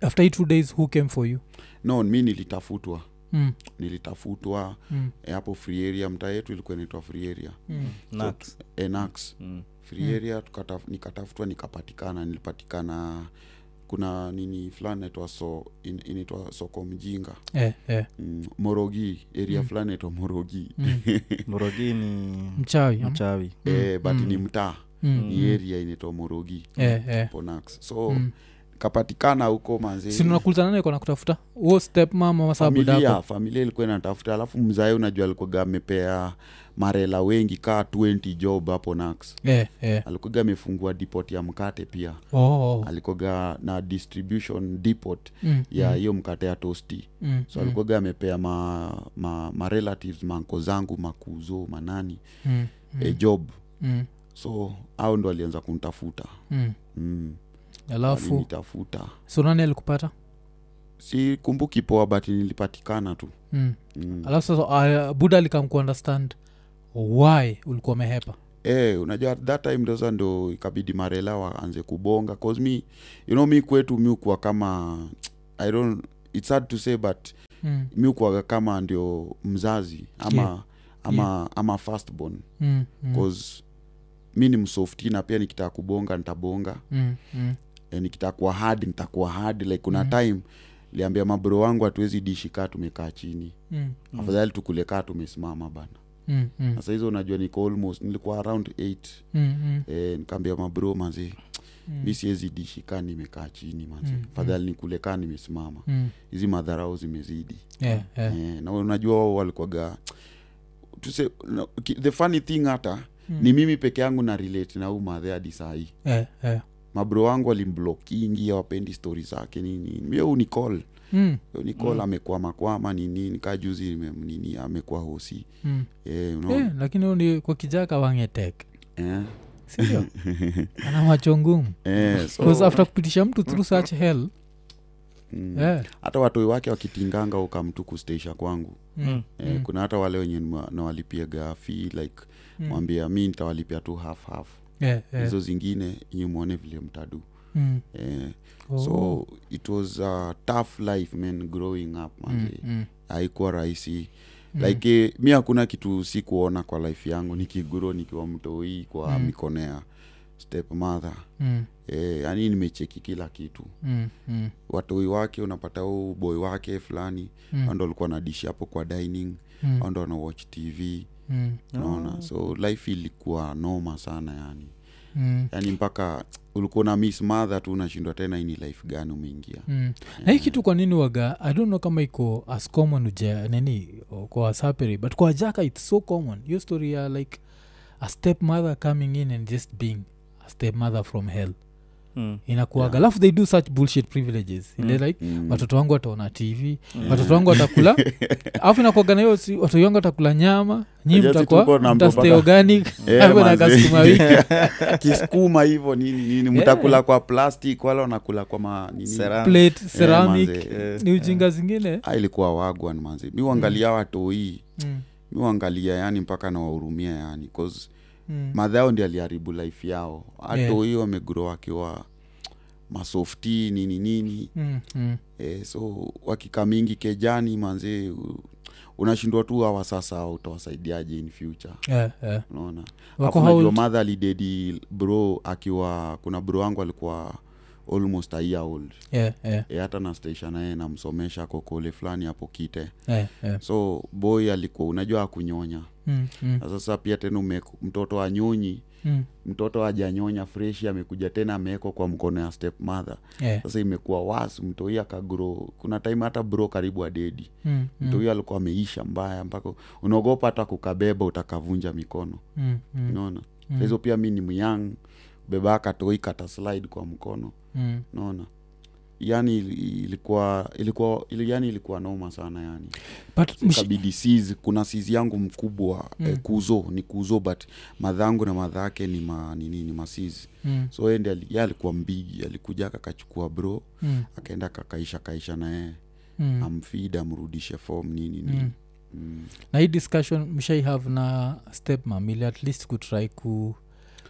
after hii two days who came for you
no mi nilitafutwa
mm,
nilitafutwa
mm,
eh, hapo free area mtaa yetu ilikuwa inaitwa free area Eh,
mm.
Knacks.
enax
Mm.
free
Mm.
area tukataf, nikatafutwa nikapatikana nilipatikana kuna nini fulani naitwa so, in- inaitwa soko mjinga
Eh, eh,
mm, morogi area
Mm.
fulani naitwa morogi
mm.
morogi ni
mchawi ama?
mchawi
Mm,
eh, but
mm.
ni mtaa
Mm,
ni
mm.
area inaitwa morogi
Eh, eh,
ponax so
mm,
kapatikana huko manzi
sinakulizana naye kona kutafuta huo stepmam ama saa budako
familia familia ilikuwa inatafuta alafu mzae unajua alikuaga amepea marela wengi kaa 20 job hapo nax
Eh, eh.
alikuaga amefungua dipot ya mkate pia
Oh, oh, oh.
alikuaga na distribution depot
Mm,
ya
mm,
hiyo mkate ya tosti
mm,
so
mm,
alikuaga amepea ma, ma, ma relatives manko zangu makuzo manani
mm,
mm.
mm,
job
mm,
so au ndo alianza kunitafuta
mm.
mm.
alafu
alinitafuta
so nani alikupata
sikumbuki poa but nilipatikana tu
mm.
mm.
alafu sasa uh, buda likamkuundestand why ulikuwa umehepa
Eh, unajua at that time ndosa ndo ikabidi marela waanze kubonga cause mi you know mi kwetu mi ukuwa kama i don't it's hard to say but
mm.
mi ukuwaga kama ndio mzazi ama
Yeah.
ama ama firstborn
Mm, mm,
cause mi ni msofti na pia nikitaka kubonga nitabonga
mm, mm,
eh, nikitaka kuwa hard nitakuwa hard like kuna
Mhm.
time liambia mabro wangu hatuwezi dishi kaa tumekaa chini
mm,
mm.
mm,
afadhali tukule kaa tumesimama bana
mm, mm,
sasa hizo unajua niko almost nilikuwa around 8
mm, mm,
eh, nikaambia mabro manzi
mm,
mi siwezi dishi kaa nimekaa chini manzi
Mm,
fadhali nikule kaa nimesimama
mm.
hizi madharau zimezidi
Yeah, yeah.
eh, na unajua wao walikuwaga tuse no, ki- the funny thing hata
Mm.
ni mimi peke yangu na relate na huu madhe hadi sahii
Eh, eh.
mabro wangu walimblokingi awapendi stori zake nini mio unicol
Mm,
unicol mm. amekuwa makwama nini kajuzi nime- nini amekuwa hosi
mm.
eh, unaona?
Eh, lakini huyu ni kwa kijaka wangetek
eh,
sindio ana macho ngumu
eh,
Because
so,
after kupitisha mtu through such hell eh.
mm,
yeah.
hata watoi wake wakitinganga ukamtu kusteisha kwangu
mm.
eh,
Mm.
kuna hata wale wenye nwa- nawalipiaga fi like
Mm. Eh.
mwambia mi nitawalipia tu half half
Yeah, yeah.
Hmm. hizo zingine nyi mwone vile mtadu
Mm.
eh,
Oh.
so it was a tough life man growing up
Mm,
manze
mm,
haikuwa rahisi
mm.
like eh, mi hakuna kitu sikuona kwa life yangu nikiguro nikiwa mtoi kwa
Mm.
mikonea step mother
Mm,
eh, yani nimecheki kila kitu
mm, mm,
watoi wake unapata huu boy wake fulani
mm,
mm. ando alikuwa na dishi hapo kwa dining
mm,
mm. ando anawatch tv
mm,
unaona so life ilikuwa noma sana yani
mm,
yani mpaka ulikuwa na miss mother tu unashindwa tena ini life gani umeingia
mm. na hii kitu kwa nini waga i don't know kama iko as common uja nini o- kwa wasaperi but kwa jaka its so common hiyo story ya like a step mother coming in and just being a step mother from hell
Mm.
inakuaga alafu they do such bullshit privileges ile
Mm.
like
Mm.
watoto wangu wataona tv
Mm.
watoto wangu watakula alafu inakuaga na hiyo si- watoto wangu watakula nyama nyi
Unajua si tuko na
mtakwa
mboga-
mtastay organic
Eh,
hapo na
manze.
kasukuma wiki Eh.
kisukuma hivo nini nini
Yeah.
mtakula kwa plastic wala wanakula kwa ma nini
Sera-
plate
Eh,
ceramic
manze, eh.
ni ujinga zingine Mm,
Ah, ilikuwa wagwan manze mi uangalia watoi mi uangalia yani mpaka nawahurumia yani cause
mm,
madhao ndi aliharibu life yao
Eh.
atoi yeah. wamegro wakiwa masofti nini nini
mm,
eh, so wakika mingi kejani manze u- unashindwa tu hawa sasa utawasaidiaje in future unaona Alafu unajua madha alidedi bro akiwa kuna bro wangu alikuwa almost a year old e, hata nastaisha naye namsomesha ako kole fulani hapo kite so boy alikuwa unajua akunyonya
Mm,
na sasa pia tena umeku- mtoto anyonyi mtoto ajanyonya freshi amekuja tena amewekwa kwa mkono ya step mother sasa imekuwa was mtoi akagro kuna time hata bro karibu adedi
Mm,
mtoi alikuwa ameisha mbaya mpaka unaogopa hata kukabeba utakavunja mikono unaona mm. hizo pia mi ni myang beba katoi kata slide kwa mkono
mm,
naona yani ili- ilikuwa ilikuwa ili, yani ilikuwa noma sana yani kabidi siz kuna siz yangu mkubwa mm. eh, kuzo ni kuzo but madhangu na madhake ni ma nini ni masiz
Mm,
so yeye ndiye ali- yeye alikuwa mbigi alikuja akakachukua bro
mm,
akaenda kakaisha kaisha na yeye amfid amrudishe form nini nini mm.
na hii discussion mshai have na stepmam ili at least kutry ku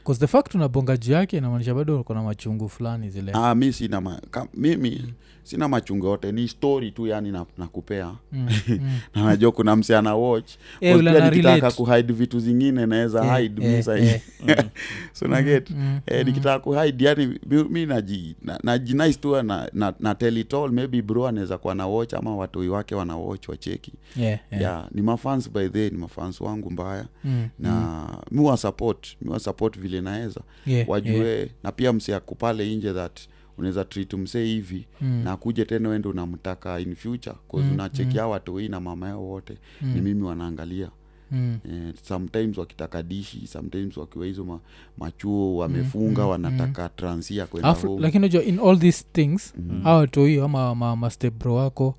bcause the fact unabonga juu yake inamaanisha bado uko na machungu fulani zile
ah, mi sina ma, ka, mimi sina machungu yote ni story tu yani na- nakupea na
Mm, mm.
na najua kuna msiana watch
Eh,
Cause
ule
pia
ana
nikitaka
relate.
kuhide vitu zingine naweza
Eh,
hide
eh,
mi sahi
eh.
so naget
Mm,
eh, nikitaka kuhide yani mi, mi naji na, najinice tu na, na, na tell it all maybe bro anaweza kuwa na watch ama watoi wake wana watch wacheki
Yeah, yeah.
yeah, ni mafans by the way, ni mafans wangu mbaya
Mm,
na mm. miwa support miwa support vile naweza
yeah, yeah.
wajue na pia msiakupale nje that unaweza treat msee hivi
mm.
na akuje tena wende unamtaka in future cause
Mm,
mm, unachekia mm. watoi na mama yao wote mm. ni mimi wanaangalia
mm.
eh, sometimes wakitaka dishi sometimes wakiwa hizo ma, machuo wamefunga
mm,
mm, wanataka mm. transia kwenda
Afu,
home
lakini unajua in all these things
Mm.
mm. awatoio ama ma, mastebro wako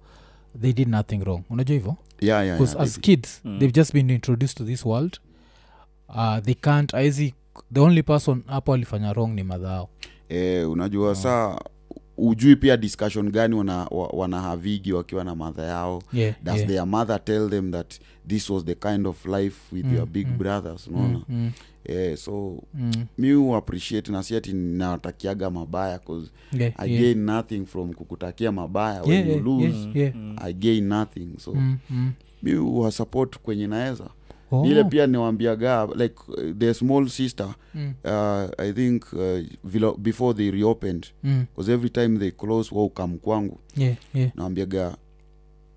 they did nothing wrong unajua hivyo
yeah, yeah,
because
yeah,
as
baby.
kids
Mm.
they've just been introduced to this world uh, they can't aezi the only person hapo alifanya wrong ni madhao
eh, unajua saa ujui pia discussion gani wana, wa- wanahavigi wakiwa na madha yao
yeah,
does
yeah.
their mother tell them that this was the kind of life with
Mm,
your big
mm.
brothers unaona
Mm, mm,
eh, so
mm.
mi huappreciate na si ati nawatakiaga mabaya cause
Yeah,
i
yeah.
gain nothing from kukutakia mabaya
Yeah,
when you
yeah,
Mm.
lose
yeah, Mm. yeah.
i gain nothing so
Mm, mm.
mi huwasupport kwenye naweza
Oh,
ile pia niwambiaga like uh, the small sister
mm,
uh, i think uh, vilo- before they reopened
mm.
because every time they close wa ukam kwangu
Yeah, yeah.
nawambiaga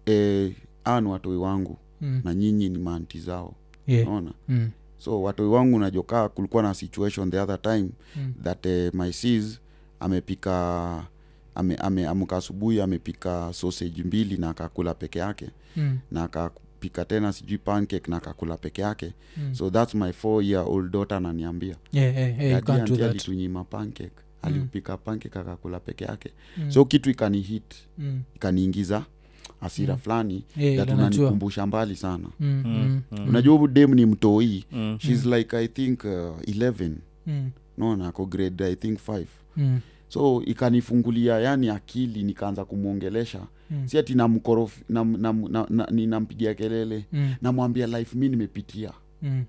eh, aa ni watoi wangu
Mm,
na nyinyi ni maanti zao
yeah.
naona
Mm,
so watoi wangu najokaa kulikuwa na situation the other time
mm.
that eh, my sis amepika ameamka ame, ameamka asubuhi amepika sausage mbili na akakula peke yake
Mm,
na akapika tena sijui pancake na akakula peke yake
mm.
so thats my four year old daughter ananiambia
Yeah, yeah, yeah, you
"Daddy,
can't do
auntie
that.
alitunyima pancake alipika pancake akakula peke yake
Mm,
so kitu ikanihit
mm.
ikaniingiza asira
Mm.
fulani
Yeah,
that
unajua.
unanikumbusha mbali sana
Mm, mm,
Mm.
unajua hubu dem ni mtoi
Mm.
shes like i think uh, 11
mm,
naona ako grade i think 5
mm,
so ikanifungulia yani akili nikaanza kumwongelesha
mm,
si ati namkorof- nam, nam, na, na, ninampigia kelele
mm,
namwambia life mi nimepitia
mm,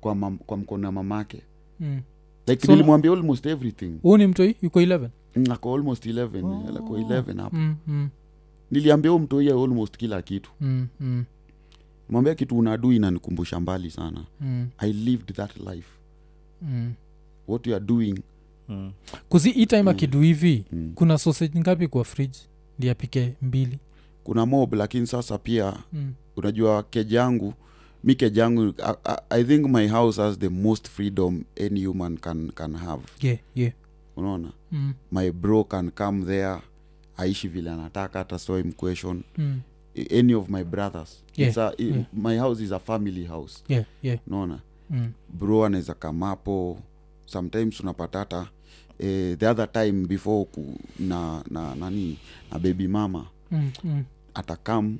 kwa, mam, kwa mkono ya mamake
mm.
like
So-
nilimwambia almost everything
huu ni mtoi yuko 11
Mm, ako almost 11
Oh.
ako 11 hapo
mm, mm,
niliambia huyu mtoi awe almost kila kitu
mm, mm,
mwambia kitu unadu inanikumbusha mbali sana
mm,
i lived that life
mm.
what you are doing
Mm.
kuzi hii time akidu hivi
mm.
kuna sausage ngapi kwa fridge ndi apike mbili
kuna mob lakini sasa pia
mm.
unajua keja yangu mi keja yangu I, I, i think my house has the most freedom any human can, can have
yeah, yeah.
unaona
Mm,
my bro can come there aishi vile anataka hata so I'm question
mm.
any of my brothers
Yeah,
It's a, i-
yeah.
my house is a family house
yeah, yeah.
unaona
Mm,
bro anaweza kamapo sometimes unapata hata eh, the other time before ku, na, na nani na baby mama
mm, mm.
atakam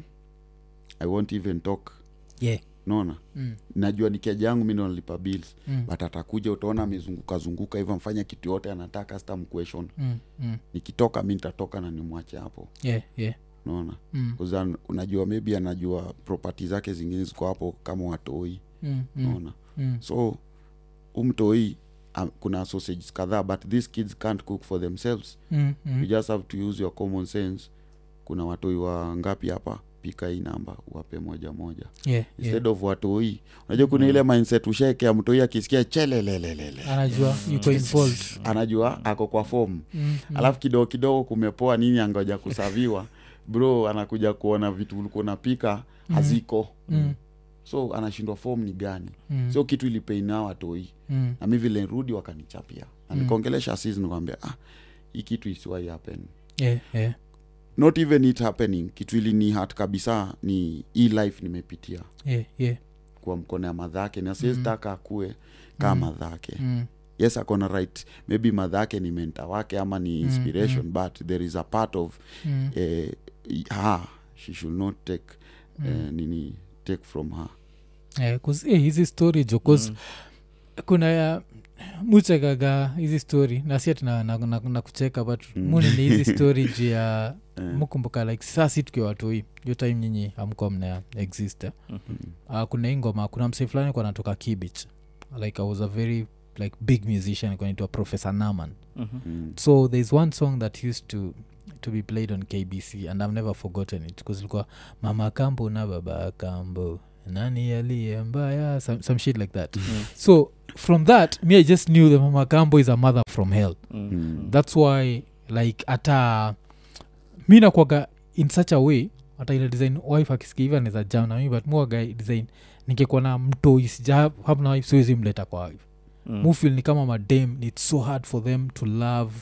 i won't even talk
Yeah.
naona
Mm,
najua nikiaja yangu mi nalipa bills
mm,
but atakuja utaona amezunguka zunguka hivyo amfanya kitu yote anataka stam question
mm, mm.
nikitoka mi nitatoka na nimwache hapo
Yeah, yeah.
naona
Mm,
'Cause an- unajua maybe anajua propati zake zingine ziko hapo kama watoi
mm, mm,
naona
mm.
so umtoi um, kuna sausages kadhaa but these kids can't cook for themselves
Mm, mm.
you just have to use your common sense kuna watoi wa ngapi hapa pika hii namba uwape moja moja
Yeah, yeah. Mm.
instead of watoi unajua kuna ile mindset ushekea mtoi akisikia chelelelelele
anajua yuko involved
anajua ako kwa fomu
Mm, mm.
alafu kidogo kidogo kumepoa nini angoja kusaviwa bro anakuja kuona vitu ulikuwa unapika haziko
Mm,
so anashindwa fomu ni gani
mm,
so kitu ilipeina watoi
mm,
na mi vile nirudi wakanichapia na
Mm.
nikaongelesha sisi nikwambia ah, hii kitu isiwai happen
yeah, yeah.
not even it happening kitu ili ni hat kabisa ni hii life nimepitia
Yeah, yeah.
kwa mkono ya madhake na siwezitaka akue kaa madhake
Mm,
yes akona right maybe madhake ni menta wake ama ni inspiration mm, but there is a part of
mm,
eh, her she should not take
Mm.
eh, nini take from her
yeah, 'cause, eh, hizi story jo 'cause kuna ya muchekaga hizi story nasia na, na, na, na kucheka but mm. munini hizi story ju ya
Eh.
mukumbuka like sasi tukiwa watoi jo time nyinyi amkuwa mna exist eh?
Mm.
uh, kuna hii ngoma kuna msee fulani kwa anatoka kibich like i was a very like big musician kwanaitwa professor naman
Mm-hmm.
mm.
so there's one song that used to to be played on kbc and i've never forgotten it because ilikuwa mama kambo na baba kambo nani aliye mbaya some, some shit like that
Mm.
so from that me i just knew the mama kambo is a mother from hell
Mm.
that's why like hata mi nakwaga in such a way hata ile design wife akisikia hivi anaweza jam na mimi but muaga design ningekuwa na mtoi sija have na wife siwezi
Mm.
mleta kwa wife mufil ni kama madem its so hard for them to love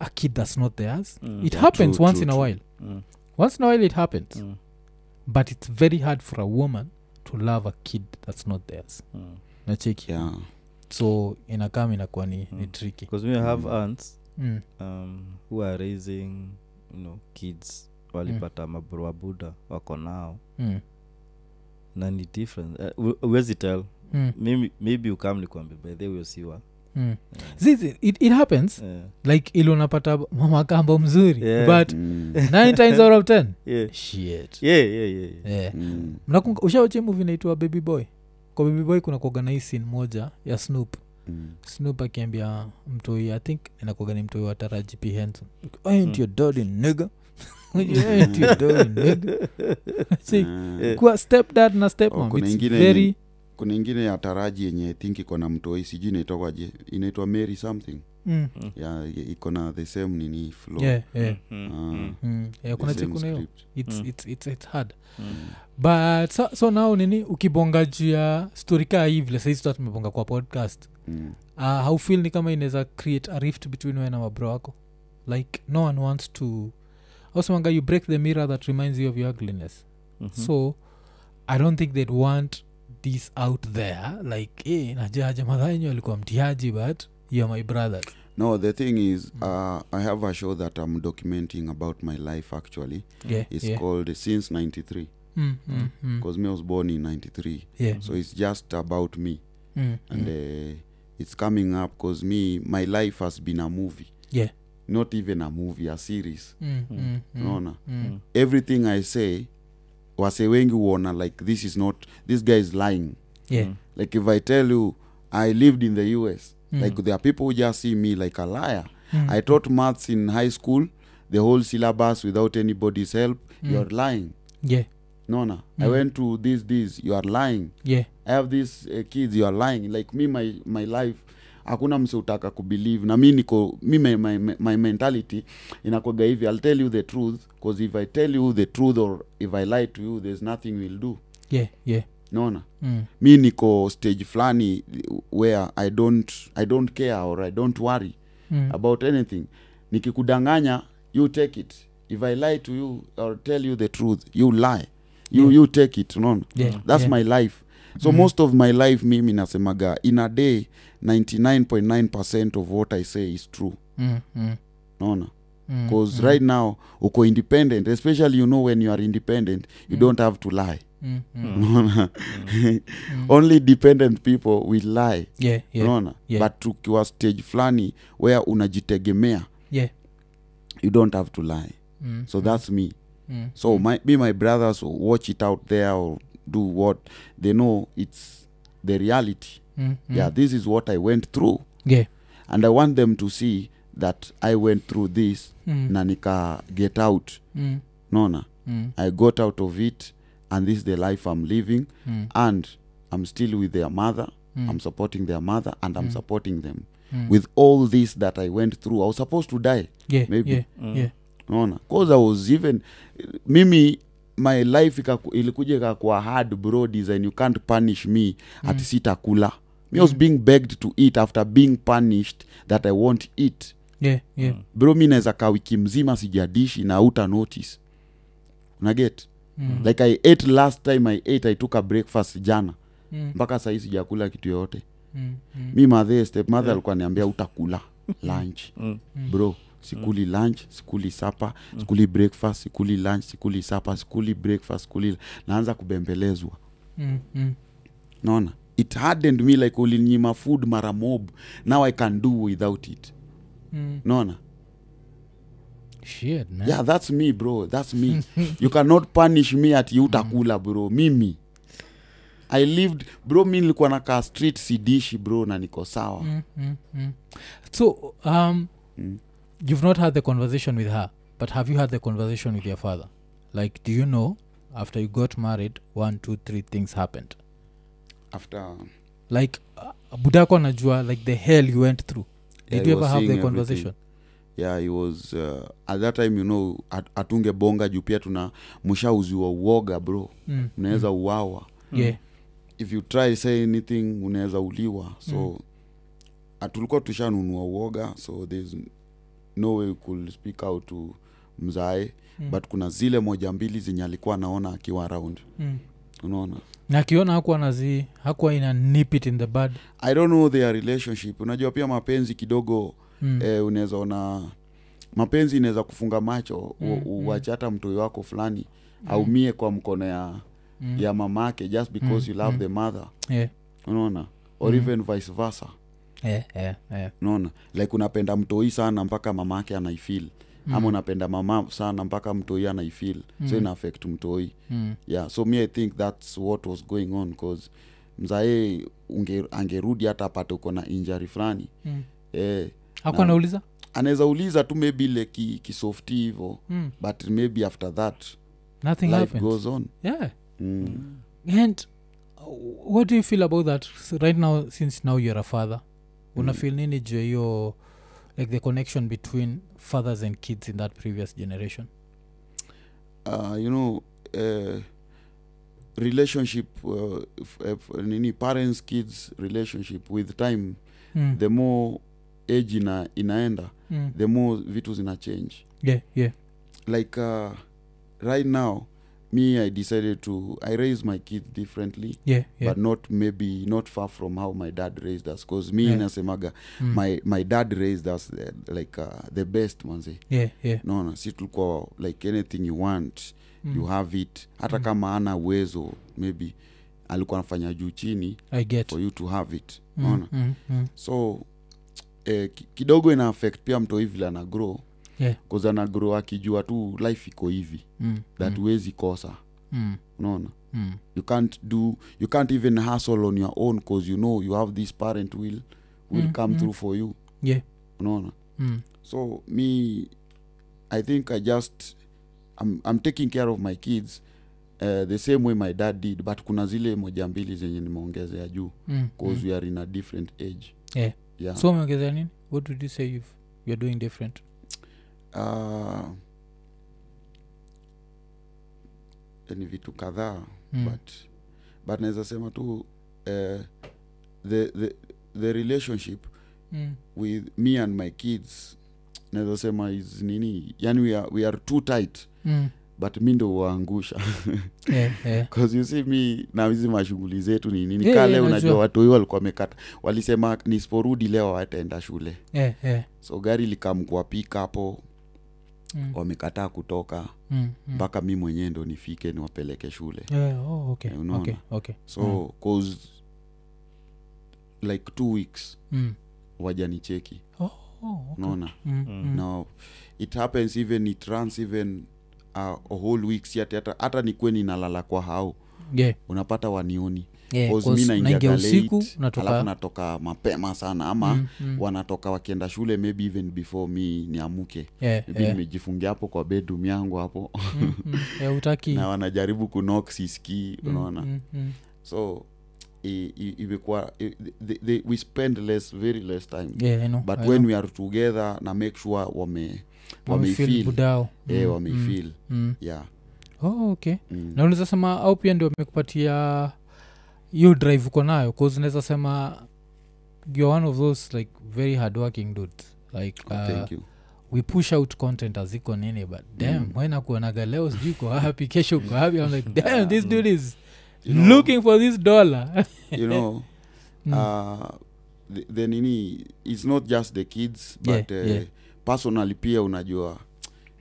a kid that's not theirs
Mm.
it happens
True,
once
true,
in a
true.
while
Mm.
once in a while it happens
Mm.
but it's very hard for a woman to love a kid that's not theirs
Mm.
nacheki
yeah
so inakam inakuwa ni, ni
Mm.
tricky
because we have
Mm.
aunts
mm.
um, who are raising you know, kids walipata mm. mabroabuda wako nao
Mm.
na ni different uh, uwezi tell
Mm.
Mimi- maybe ukam nikwambi bedhe usiwa
Mm. Zizi, it, it happens like ili unapata mamakambo mzuri
Yeah.
but
mm.
nine times out of ten
yeah
shit
yeah yeah yeah
yeah.
Mm.
mnakumbuka ushaoche muvi inaitwa baby boy kwa baby boy kuna kuoga na hii scene moja ya snoop
Mm.
snoop akiambia mtoi i think inakuoga ni mtoi wa tara gp henson
Hmm.
ain't your daddy nigga ain't your daddy nigga See,
Eh,
kuwa stepdad na stepmom
Oh, kuna
it's
ingine
very
yenye- kuna ingine ya taraji yenye I think iko na mtoi sijui inaitwakwaje inaitwa mary something
mm,
yeah, i- iko na the same nini flow
yeah, yeah.
Mm,
Ah.
mm,
Mm, yeah,
the
kuna
same
chikuna hiyo
script.
it's,
Mm.
it's, it's, it's hard
mm.
but so, so nao nini ukibonga juu ya stori kaa hii vile sahii tuta tumebonga kwa podcast
Mm.
uh, haufil ni kama inaweza create a rift between we na mabro wako like no one wants to ausemanga you break the mirror that reminds you of your ugliness
Mhm.
Hmm.
mm-hmm. so i don't think they'd want this out there like eh, hey, najaja madhanyo alikuwa mtiaji but youare my brothers
no the thing is
Mm.
uh, i have a show that i'm documenting about my life actually
yeah,
it's
yeah.
called since 93
Mm, mm, mm.
because me I was born in 93
yeah.
so it's just about me
Mm,
and
mm.
uh, it's coming up because me my life has been a movie
Yeah.
not even a movie a series
Mm, mm, mm,
unaona
mm.
everything i say wase wengi huona like this is not this guy is lying
Yeah.
Mm.
like if i tell you i lived in the us
Mm.
like there are people who just see me like a liar
Mm.
i taught maths in high school the whole syllabus without anybody's help you're lying
yeah
nona i
Mm.
went to this this you are lying
yeah
i have these uh, kids you are lying like me my, my life hakuna mse utaka kubelieve na mi niko mi my, my, my mentality inakwaga hivi i'll tell you the truth because if i tell you the truth or if i lie to you there's nothing we'll do
yeah yeah
naona
mm.
mi niko stage fulani where i don't i don't care or i don't worry
Mm.
about anything nikikudanganya you take it if i lie to you or tell you the truth you lie you,
Yeah.
you take it unaona
Yeah,
that's
yeah.
my life so
Mhm.
most of my life mimi nasemaga in a day 99.9 of what i say is true
Mm, mm,
naona
mm,
because
mm,
right now uko independent especially you know when you are independent you
Mm.
don't have to lie
mm, mm,
unaona
mm.
only dependent people will lie
Yeah, yeah,
unaona
yeah.
but ukiwa stage fulani where unajitegemea
yeah.
you don't have to lie
Mm,
so
mm,
that's me
mm,
so my, me my brothers who watch it out there or do what they know it's the reality
mm, mm.
yeah this is what i went through
Yeah.
and i want them to see that i went through this
Mm,
na nika get out
mm,
nona
mm,
i got out of it and this is the life i'm living
mm,
and i'm still with their mother
mm,
i'm supporting their mother and i'm
Mm.
supporting them
mm.
with all this that i went through i was supposed to die
Yeah,
maybe. Hmm.
yeah,
Mm.
yeah.
naona cause i was even mimi my life ikaku- ilikuja ikakuwa hard bro design you can't punish me mm. at
Mm.
sitakula me I was
Mm.
being begged to eat after being punished that i won't eat
Yeah, yeah.
Mm.
bro mi naweza kaa wiki mzima sijadishi na uta notice unaget
Mm,
like i ate last time i ate i took a breakfast jana
mm,
mpaka sahii sijakula kitu yoyote
mm, mm,
mi madhe step mother alikuwa niambia utakula lunch
Mm.
mm.
bro sikuli lunch sikuli sapa sikuli breakfast sikuli lunch sikuli sapa sikuli breakfast sikuli naanza kubembelezwa
Mm, mm.
naona it hardened me like ulinyima food mara mob now i can do without it
Mm.
naona
Shit, man.
yeah that's me bro that's me you cannot punish me at utakula bro mimi i lived bro mi nilikuwa nakaa street sidishi bro na niko sawa
Mm, mm, mm. so um,
Mm.
you've not had the conversation with her but have you had the conversation with your father like do you know after you got married one two three things happened
after
like uh, budako anajua like the hell you went through
Yeah,
did
he
you ever
was
have
seeing
the
everything.
conversation
yeah he was uh, at that time you know at, atunge bonga juu pia tuna mshauziwa uoga bro
mm.
unaweza uawa
yeah
if you try say anything unaweza uliwa so
Mm.
mm. tulikuwa tushanunua uoga so there's no way you could speak out to mzae mm. but kuna zile moja mbili zenye alikuwa anaona akiwa around
mm.
unaona
na akiona hakuwa nazi hakuwa ina nip it in the bad
i don't know their relationship unajua pia mapenzi kidogo
mm.
eh, unaweza ona mapenzi inaweza kufunga macho
Mm,
mm, uache hata mtoi wako fulani aumie kwa mkono ya,
mm.
ya mamake just because
Mm,
you love
mm.
the mother
yeah.
unaona or
Mm.
even vice versa
Yeah, yeah, yeah.
unaona like unapenda mtoi sana mpaka mamake anaifil mm. ama unapenda mama sana mpaka mtoi anaifil mm. so ina affect mtoi
Mm.
yeah so me i think that's what was going on cause mzae unge, angerudi hata apate uko na injury fulani
Mm.
eh,
hakuwa
Na-
nauliza
anaweza uliza tu maybe ile ki- kisofti hivo
mm.
but maybe after that
nothing
life
happens.
goes on
yeah
mm.
and uh, what do you feel about that S- right now since now you're a father una
Mm.
feel nini juu ya hiyo like the connection between fathers and kids in that previous generation
uh, you know uh, relationship uh, f- f- nini parents kids relationship with time
mm.
the more age ina, inaenda
mm.
the more vitu zina change
yeah yeah
like uh, right now me i decided to i raise my kids differently
yeah
yeah.
yeah
but not maybe not far from how my dad raised us because me
Yeah.
yeah. nasemaga
mm.
my, my dad raised us uh, like uh, the best manze
yeah yeah
naona si tulikuwa like anything you want mm.
mm.
you have it hata
Mm.
mm. kama ana uwezo maybe alikuwa anafanya juu chini
i get
for you to have it
Mm,
naona
mm, mm.
so eh, ki- kidogo ina affect pia mtoi vile ana grow
Yeah.
'Cause ana grow akijua tu life iko hivi
Mm,
that
mm,
huwezi kosa
mm,
unaona
mm.
you can't do you can't even hustle on your own cause you know you have this parent will will
Mm,
mm, come
mm.
mm. through for you
Yeah.
unaona
Mm.
so me i think i just i'm, I'm taking care of my kids uh, the same way my dad did but kuna zile moja mbili zenye nimeongezea juu
Mm.
cause
Mm.
we are in a different age
Yeah.
yeah.
so umeongezea nini what would you say you've, you're doing different
uh, ni vitu kadhaa
Mm.
but but naweza sema tu eh, the, the, the relationship
Mm.
with me and my kids naweza sema is nini yani we are, we are too tight
Mm.
but mi ndo waangusha
Yeah, yeah.
bcause you see mi na hizi mashughuli zetu ni nini
Yeah,
yeah, kale
yeah, najua.
unajua watu hio walikuwa wamekata walisema nisiporudi leo wataenda shule
Yeah, yeah.
so gari likamkua pik hapo
Mm.
wamekataa kutoka
Mm, mm.
mpaka mi mwenyewe ndo nifike niwapeleke shule
Yeah, oh, okay,
Eh, unaona?
okay, okay.
so
Mm.
mm. cause like two weeks
Mm.
wajanicheki
Oh, okay.
unaona
Mm,
Mm.
mm.
now it happens even it runs even uh, a whole week si ati hata hata nikuwe ninalala kwa hao
Yeah,
unapata wanioni
yeah, Eh,
Cause
cause
mi
unaingia
naingiaga
usiku
late,
unatoka
alafu natoka mapema sana ama
Mm, mm.
wanatoka wakienda shule maybe even before mi niamuke
Yeah,
maybe
yeah.
nimejifungia hapo kwa bedum yangu hapo
Mm, mm. Yeah, utaki
na wanajaribu kunok siskii
Mm,
unaona
mm, mm.
so i- i- imekuwa i- the- the- we spend less very less time
Yeah, I know,
but
I
when
know.
we are together na make sure wame
Wamefeel
wameifil
budao.
e
Mm,
wameifil
mm, mm.
yeah
Oh, okay
mm.
na unaweza sema au pia ndio amekupatia hiyo drive uko nayo bause unaweza sema youare one of those like very hardworking dudes like
Oh,
uh,
thank you
we push out content aziko nini but dam mm. wenakuonaga leo sijui uko wapi kesho uko wapi I'm like dam this dude is
You know-
looking for this dollar
you know
Mm.
uh, the, the nini it's not just the kids but
Yeah,
uh,
yeah.
personally pia unajua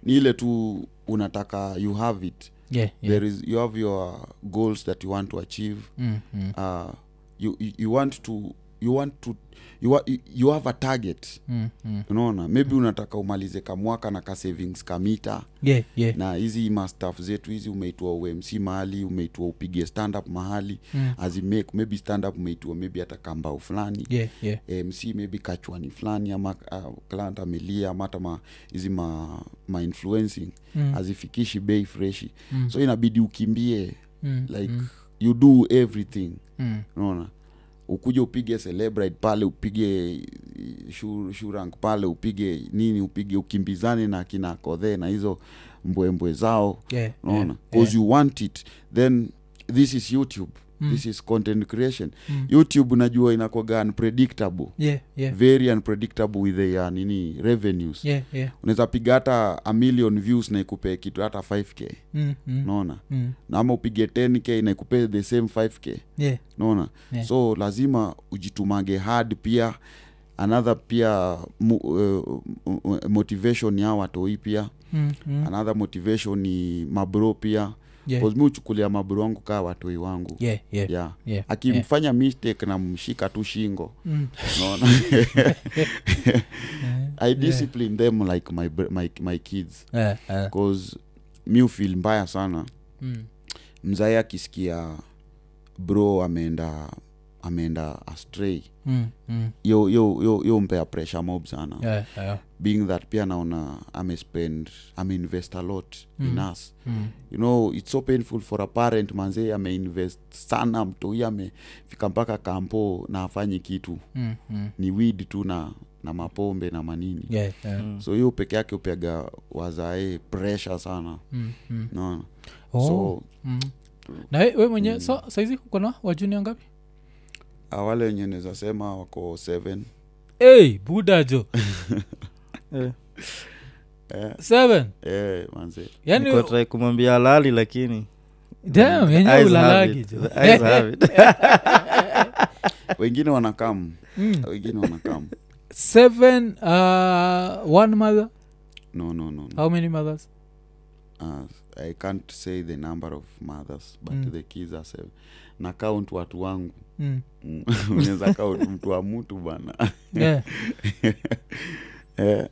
ni ile tu unataka you have it
yeah, yeah.
there is you have your goals that you want to achieve
Mm, mm,
uh, you, you, you want to you want to you, wa- you, you have a target
mm, mm.
unaona maybe unataka umalize kamwaka na ka savings kamita
yeah, yeah.
na hizi mastaf zetu hizi umeitwa umc mahali umeitwa upige stand up mahali
Mm.
azimake maybe stand up umeitwa maybe hata kambao fulani
yeah, yeah.
mc maybe kachwani fulani ama uh, client amelia ama hata ma- hizi ma, ma influencing
Mm,
hazifikishi bei freshi
mm,
so inabidi ukimbie
mm,
like
mm,
you do everything
mm.
unaona ukuja upige celebrate pale upige eh, shu- shurank pale upige nini upige ukimbizane na kina kodhe na hizo mbwembwe zao
Yeah, yeah,
unaona
yeah.
bcause you want it then this is youtube mm. this is content creation mm. youtube najua inakwaga unpredictable
yeah, yeah,
very unpredictable with their nini revenues
yeah, yeah.
unaweza piga hata a million views na ikupee kitu hata 5k
Mm, mm,
unaona
mm,
na ama upige 10k na ikupee the same 5k
yeah,
unaona
Yeah.
so lazima ujitumage hard pia another pia mu, uh, motivation ya watoi pia
mm, mm,
another motivation ni mabro pia
yeah,
yeah. mi uchukulia mabro wangu kaa watoi wangu
yeah, yeah,
yeah.
yeah, yeah.
akimfanya mistake namshika tu shingo
Mm,
naona
eh,
i discipline them like my, br- my, my kids
eh, eh,
bcause mi ufil mbaya sana
mm,
mzae akisikia bro ameenda ameenda astray
mm, mm,
yo yo yo yo mpea pressure mob sana
eh, eh,
being that pia naona amespend ameinvest a lot mm. in us
mm,
you know it's so painful for a parent manzee ameinvest sana mtoi amefika mpaka kampo na afanyi kitu
mm, mm,
ni wid tu na na mapombe na manini
yeah, eh,
so hiyo peke yake upeaga wazae pressure sana
mm, mm.
naona
Oh,
so
mm. na we, we
Mm.
mwenyewe so saizi ukona wajunia ngapi
ah, wale wenye naweza sema wako seven
hey, buda jo
Eh,
eh,
seven
eh, manzee
yani
nikotrai kumwambia lali lakini
damn yenyewe
eyes have
ulalagi
it.
jo
The eyes have it.
wengine wanakam
Mm.
wengine wanakam
seven uh, one mother
no no no, no.
how many mothers
Uh, i can't say the number of mothers but
Mm.
mm. the kids are seven na count watu wangu
mm.
Mm. unaweza count mtu wa mtu bana
yeah.
eh,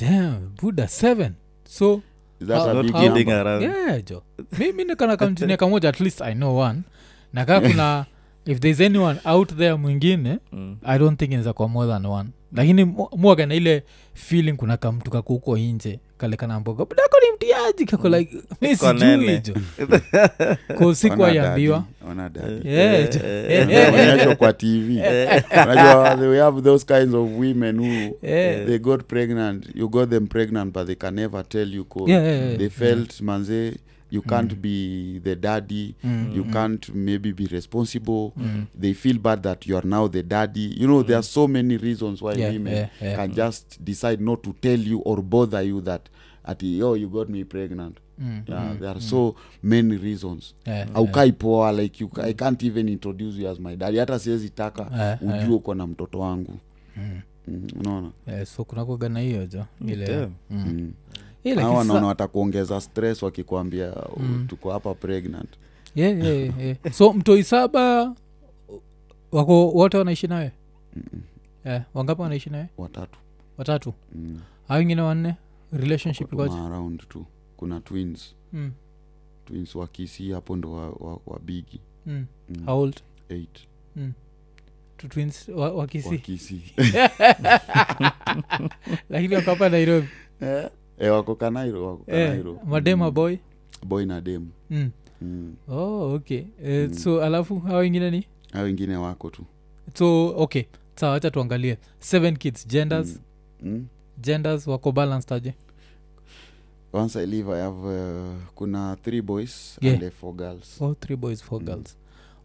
damn buda seven so
Um.
is that
How-
a
Not
big
how-
kidding
number?
around.
yeah jo mi mi nikana kamjinia kamoja at least i know one nakaa kuna if there's anyone out there mwingine
Mm.
i don't think inaweza kuwa more than one lakini mu- muaga na ile feeling kuna kamtu kako huko inje kale kanamboga budako ni mtiaji kako
Mm.
like mi
Kwa nene.
sijui jo ko
Ona daddy,
sikuwaiambiwa
ona daddy.
Yeah, jo.
Eh,
Eh, eh,
Wanaonyeshwa kwa tv Unajua, they have those kinds of women who
eh.
they got pregnant you got them pregnant but they can never tell you cause
Yeah, yeah, yeah.
they felt manze you can't be the daddy
Mm,
you can't maybe be responsible
mm.
they feel bad that you are now the daddy you know there are so many reasons why
Yeah,
women
yeah, yeah.
can just decide not to tell you or bother you that at yo you got me pregnant
Mm,
yeah, there are so many reasons
eh,
aukai poa like you, ca-
Mm-hmm.
i can't even introduce you as my daddy hata siwezi taka
Eh, eh.
ujue uko na mtoto wangu Mm, unaona
eh, so kunakogana hiyo jo ile
Damn.
mm.
Mm.
Hii
Hawa
lakini sasa-
wanaona watakuongeza stress wakikwambia uh,
Mm.
tuko hapa pregnant
yeah, yeah, yeah. so mtoi saba wako wote wanaishi nawe
Mm-mm.
eh, wangapi wanaishi nawe
watatu
watatu
mm.
au wengine wanne relationship ikoje
around tu kuna twins
mm.
twins wakisi hapo ndo wabigi wa, wa wabigi.
mm.
Mm,
how old
eight.
Two twins wa- wa Kisii.
wakisi
lakini wako hapa nairobi
eh, eh, wako kanairo wako
eh,
kanairo
madema
Mm.
boy
boy na dem
mm.
mm.
oh, okay eh,
Mm.
so alafu hao wengine ni
a wengine wako tu
so okay sawa wacha tuangalie seven kids genders
mm. Mm.
genders wako balanced aje
once i leave i have uh, kuna three boys
Yeah.
and uh, four girls
oh, three boys four
Mm.
girls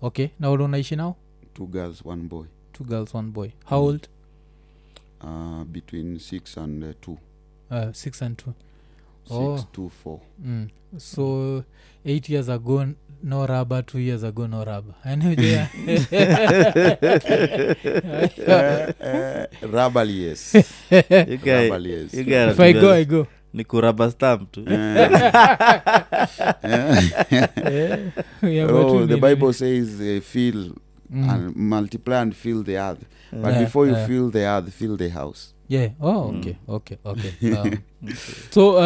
okay na ule unaishi nao
two girls one boy
two girls one boy how
Mm.
old
uh, between six and uh, two
uh, six and two
six
Oh.
two four
mm. so eight years ago n- no raba two years ago no raba anjea
Eh, eh, rubber, yes.
You guy-
Rubber, yes.
you guy
if i
anatembea-
go i go
ni kuraba stamp tu
Eh,
Eh, yeah, but
oh,
you
the
need-
bible says uh, fill
Mm.
and multiply and fill the earth but
Yeah,
before you
yeah.
fill the earth fill the house
yeah oh,
Mm.
okay okay okay um, so uh,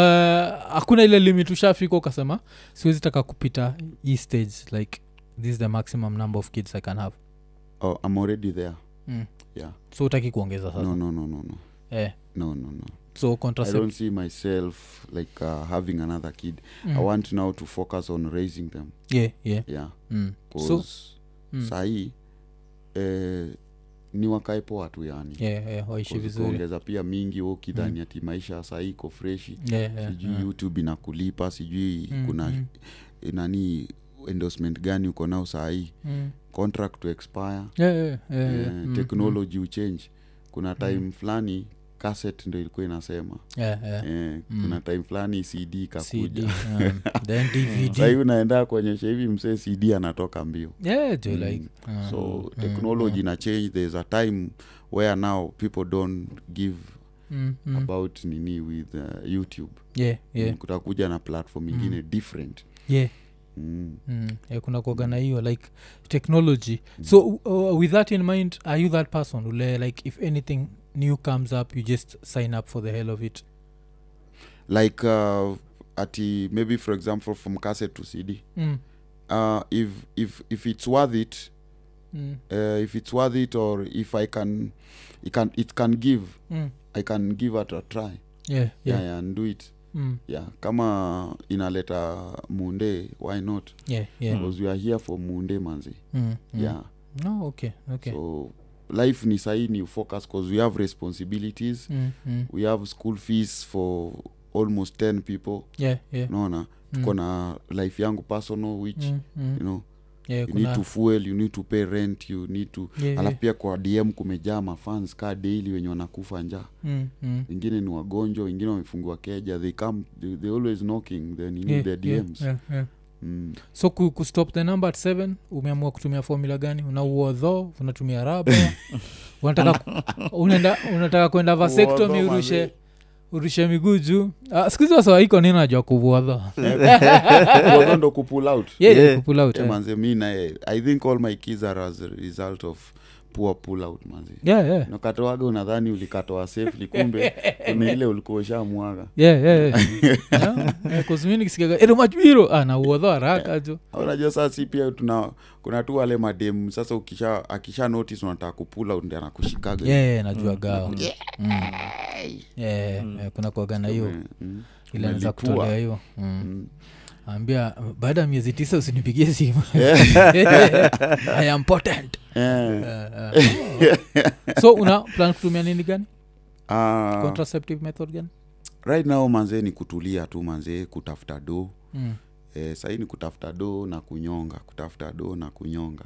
hakuna ile limit ushafika ukasema siwezi taka kupita hii stage like this is the maximum number of kids i can have
oh, i'm already there
mm.
Yeah.
so utaki kuongeza sasa
no no no no no
eh,
no no no
so
i
contracept-
don't see myself like uh, having another kid
mm.
i want now to focus on raising them
yeah, yeah.
yeah
Mm. So-
cause
mm.
sahii eh, ni wakae poa tu yani
yeah, yeah, waishi
Cause
vizuri
kuongeza pia mingi ukidhani mm. ati maisha sahii iko freshi
yeah, yeah,
sijui
yeah.
youtube inakulipa sijui
Mm,
kuna
mm.
eh, nani endorsement gani uko nao sahii
mm.
contract to expire
yeah, yeah, yeah,
eh,
yeah. Mm,
technology uchange kuna time fulani cassette ndo ilikuwa inasema
mm. Yeah, yeah.
eh, kuna time fulani cd
CD,
kakuja
um, then
sahii
dvd
unaenda kuonyesha hivi msee cd anatoka mbio
yeah, jo,
Mm.
like, um,
so technology ina change there's a time where now people don't give
mm, mm.
about nini with uh, youtube
yeah, yeah, Mm.
Mm, kutakuja na platform ingine different
yeah.
mm.
Mm. Yeah, kuna kuaga na hiyo like technology so
Mm.
uh, with that in mind are you that person ule like if anything new comes up you just sign up for the hell of it
like uh, ati maybe for example from cassette to cd
mm.
uh, if, if, if it's worth it
Mm.
uh, if it's worth it or if i can it can, it can give
Mm.
i can give it a try yeah.
Yeah, yeah.
Yeah, yeah, and do it
Mm.
yeah kama inaleta munde why not
yeah, yeah.
because we are here for munde manzi
Mm. Mm.
Mm. yeah
no okay okay
so life ni sahii ni focus because we have responsibilities
mm. Mm.
we have school fees for almost 10 people
yeah, yeah.
unaona tuko na life yangu personal which
Mm. Mm.
you know
Yeah,
you need
kuna-
to fuel you need to pay rent you need to
yeah, yeah.
alafu pia kwa dm kumejaa mafans kaa daily wenye wanakufa njaa
Mm, mm.
wengine ni wagonjwa wengine wamefungiwa keja they come they, they always knocking then you
Yeah,
need the
yeah,
dms
yeah, yeah.
Mm.
so ku, kustop the number at seven umeamua kutumia formula gani unauodho unatumia raba unataka, ku- unaenda, unataka kwenda vasektomi
Uodho,
urushe urushe miguu juu ah, sikuhizi wasawaiko nini najua kuvuodho
manze. Uodho ndo kupull out
Yeah.
kupula
Eh, manze mi naye i think all my kids are as a result of poor pull out manze nakatoaga unadhani ulikatoa safely kumbe kuna ile ulikuwa ushamwaga
"Eh, kuzminikisikagaeromachbiro nauodho haraka jo
unajua saa si pia tuna kuna tu wale mademu sasa ukisha akisha notice unataka kupula ndi anakushikaga
yeah, najua gao Mm. Yeah, eh, kuna kuagana hiyo
Mm, mm.
ile anaweza
Unalipua.
kutolea hiyo mm.
Mm.
ambia baada ya miezi tisa usinipigie simu I am potent. Uh,
Eh,
so una plan kutumia nini gani
ah,
contraceptive method gani
right now manzee ni kutulia tu manzee kutafuta do
mm.
eh, sahii ni kutafuta do na kunyonga kutafuta do na kunyonga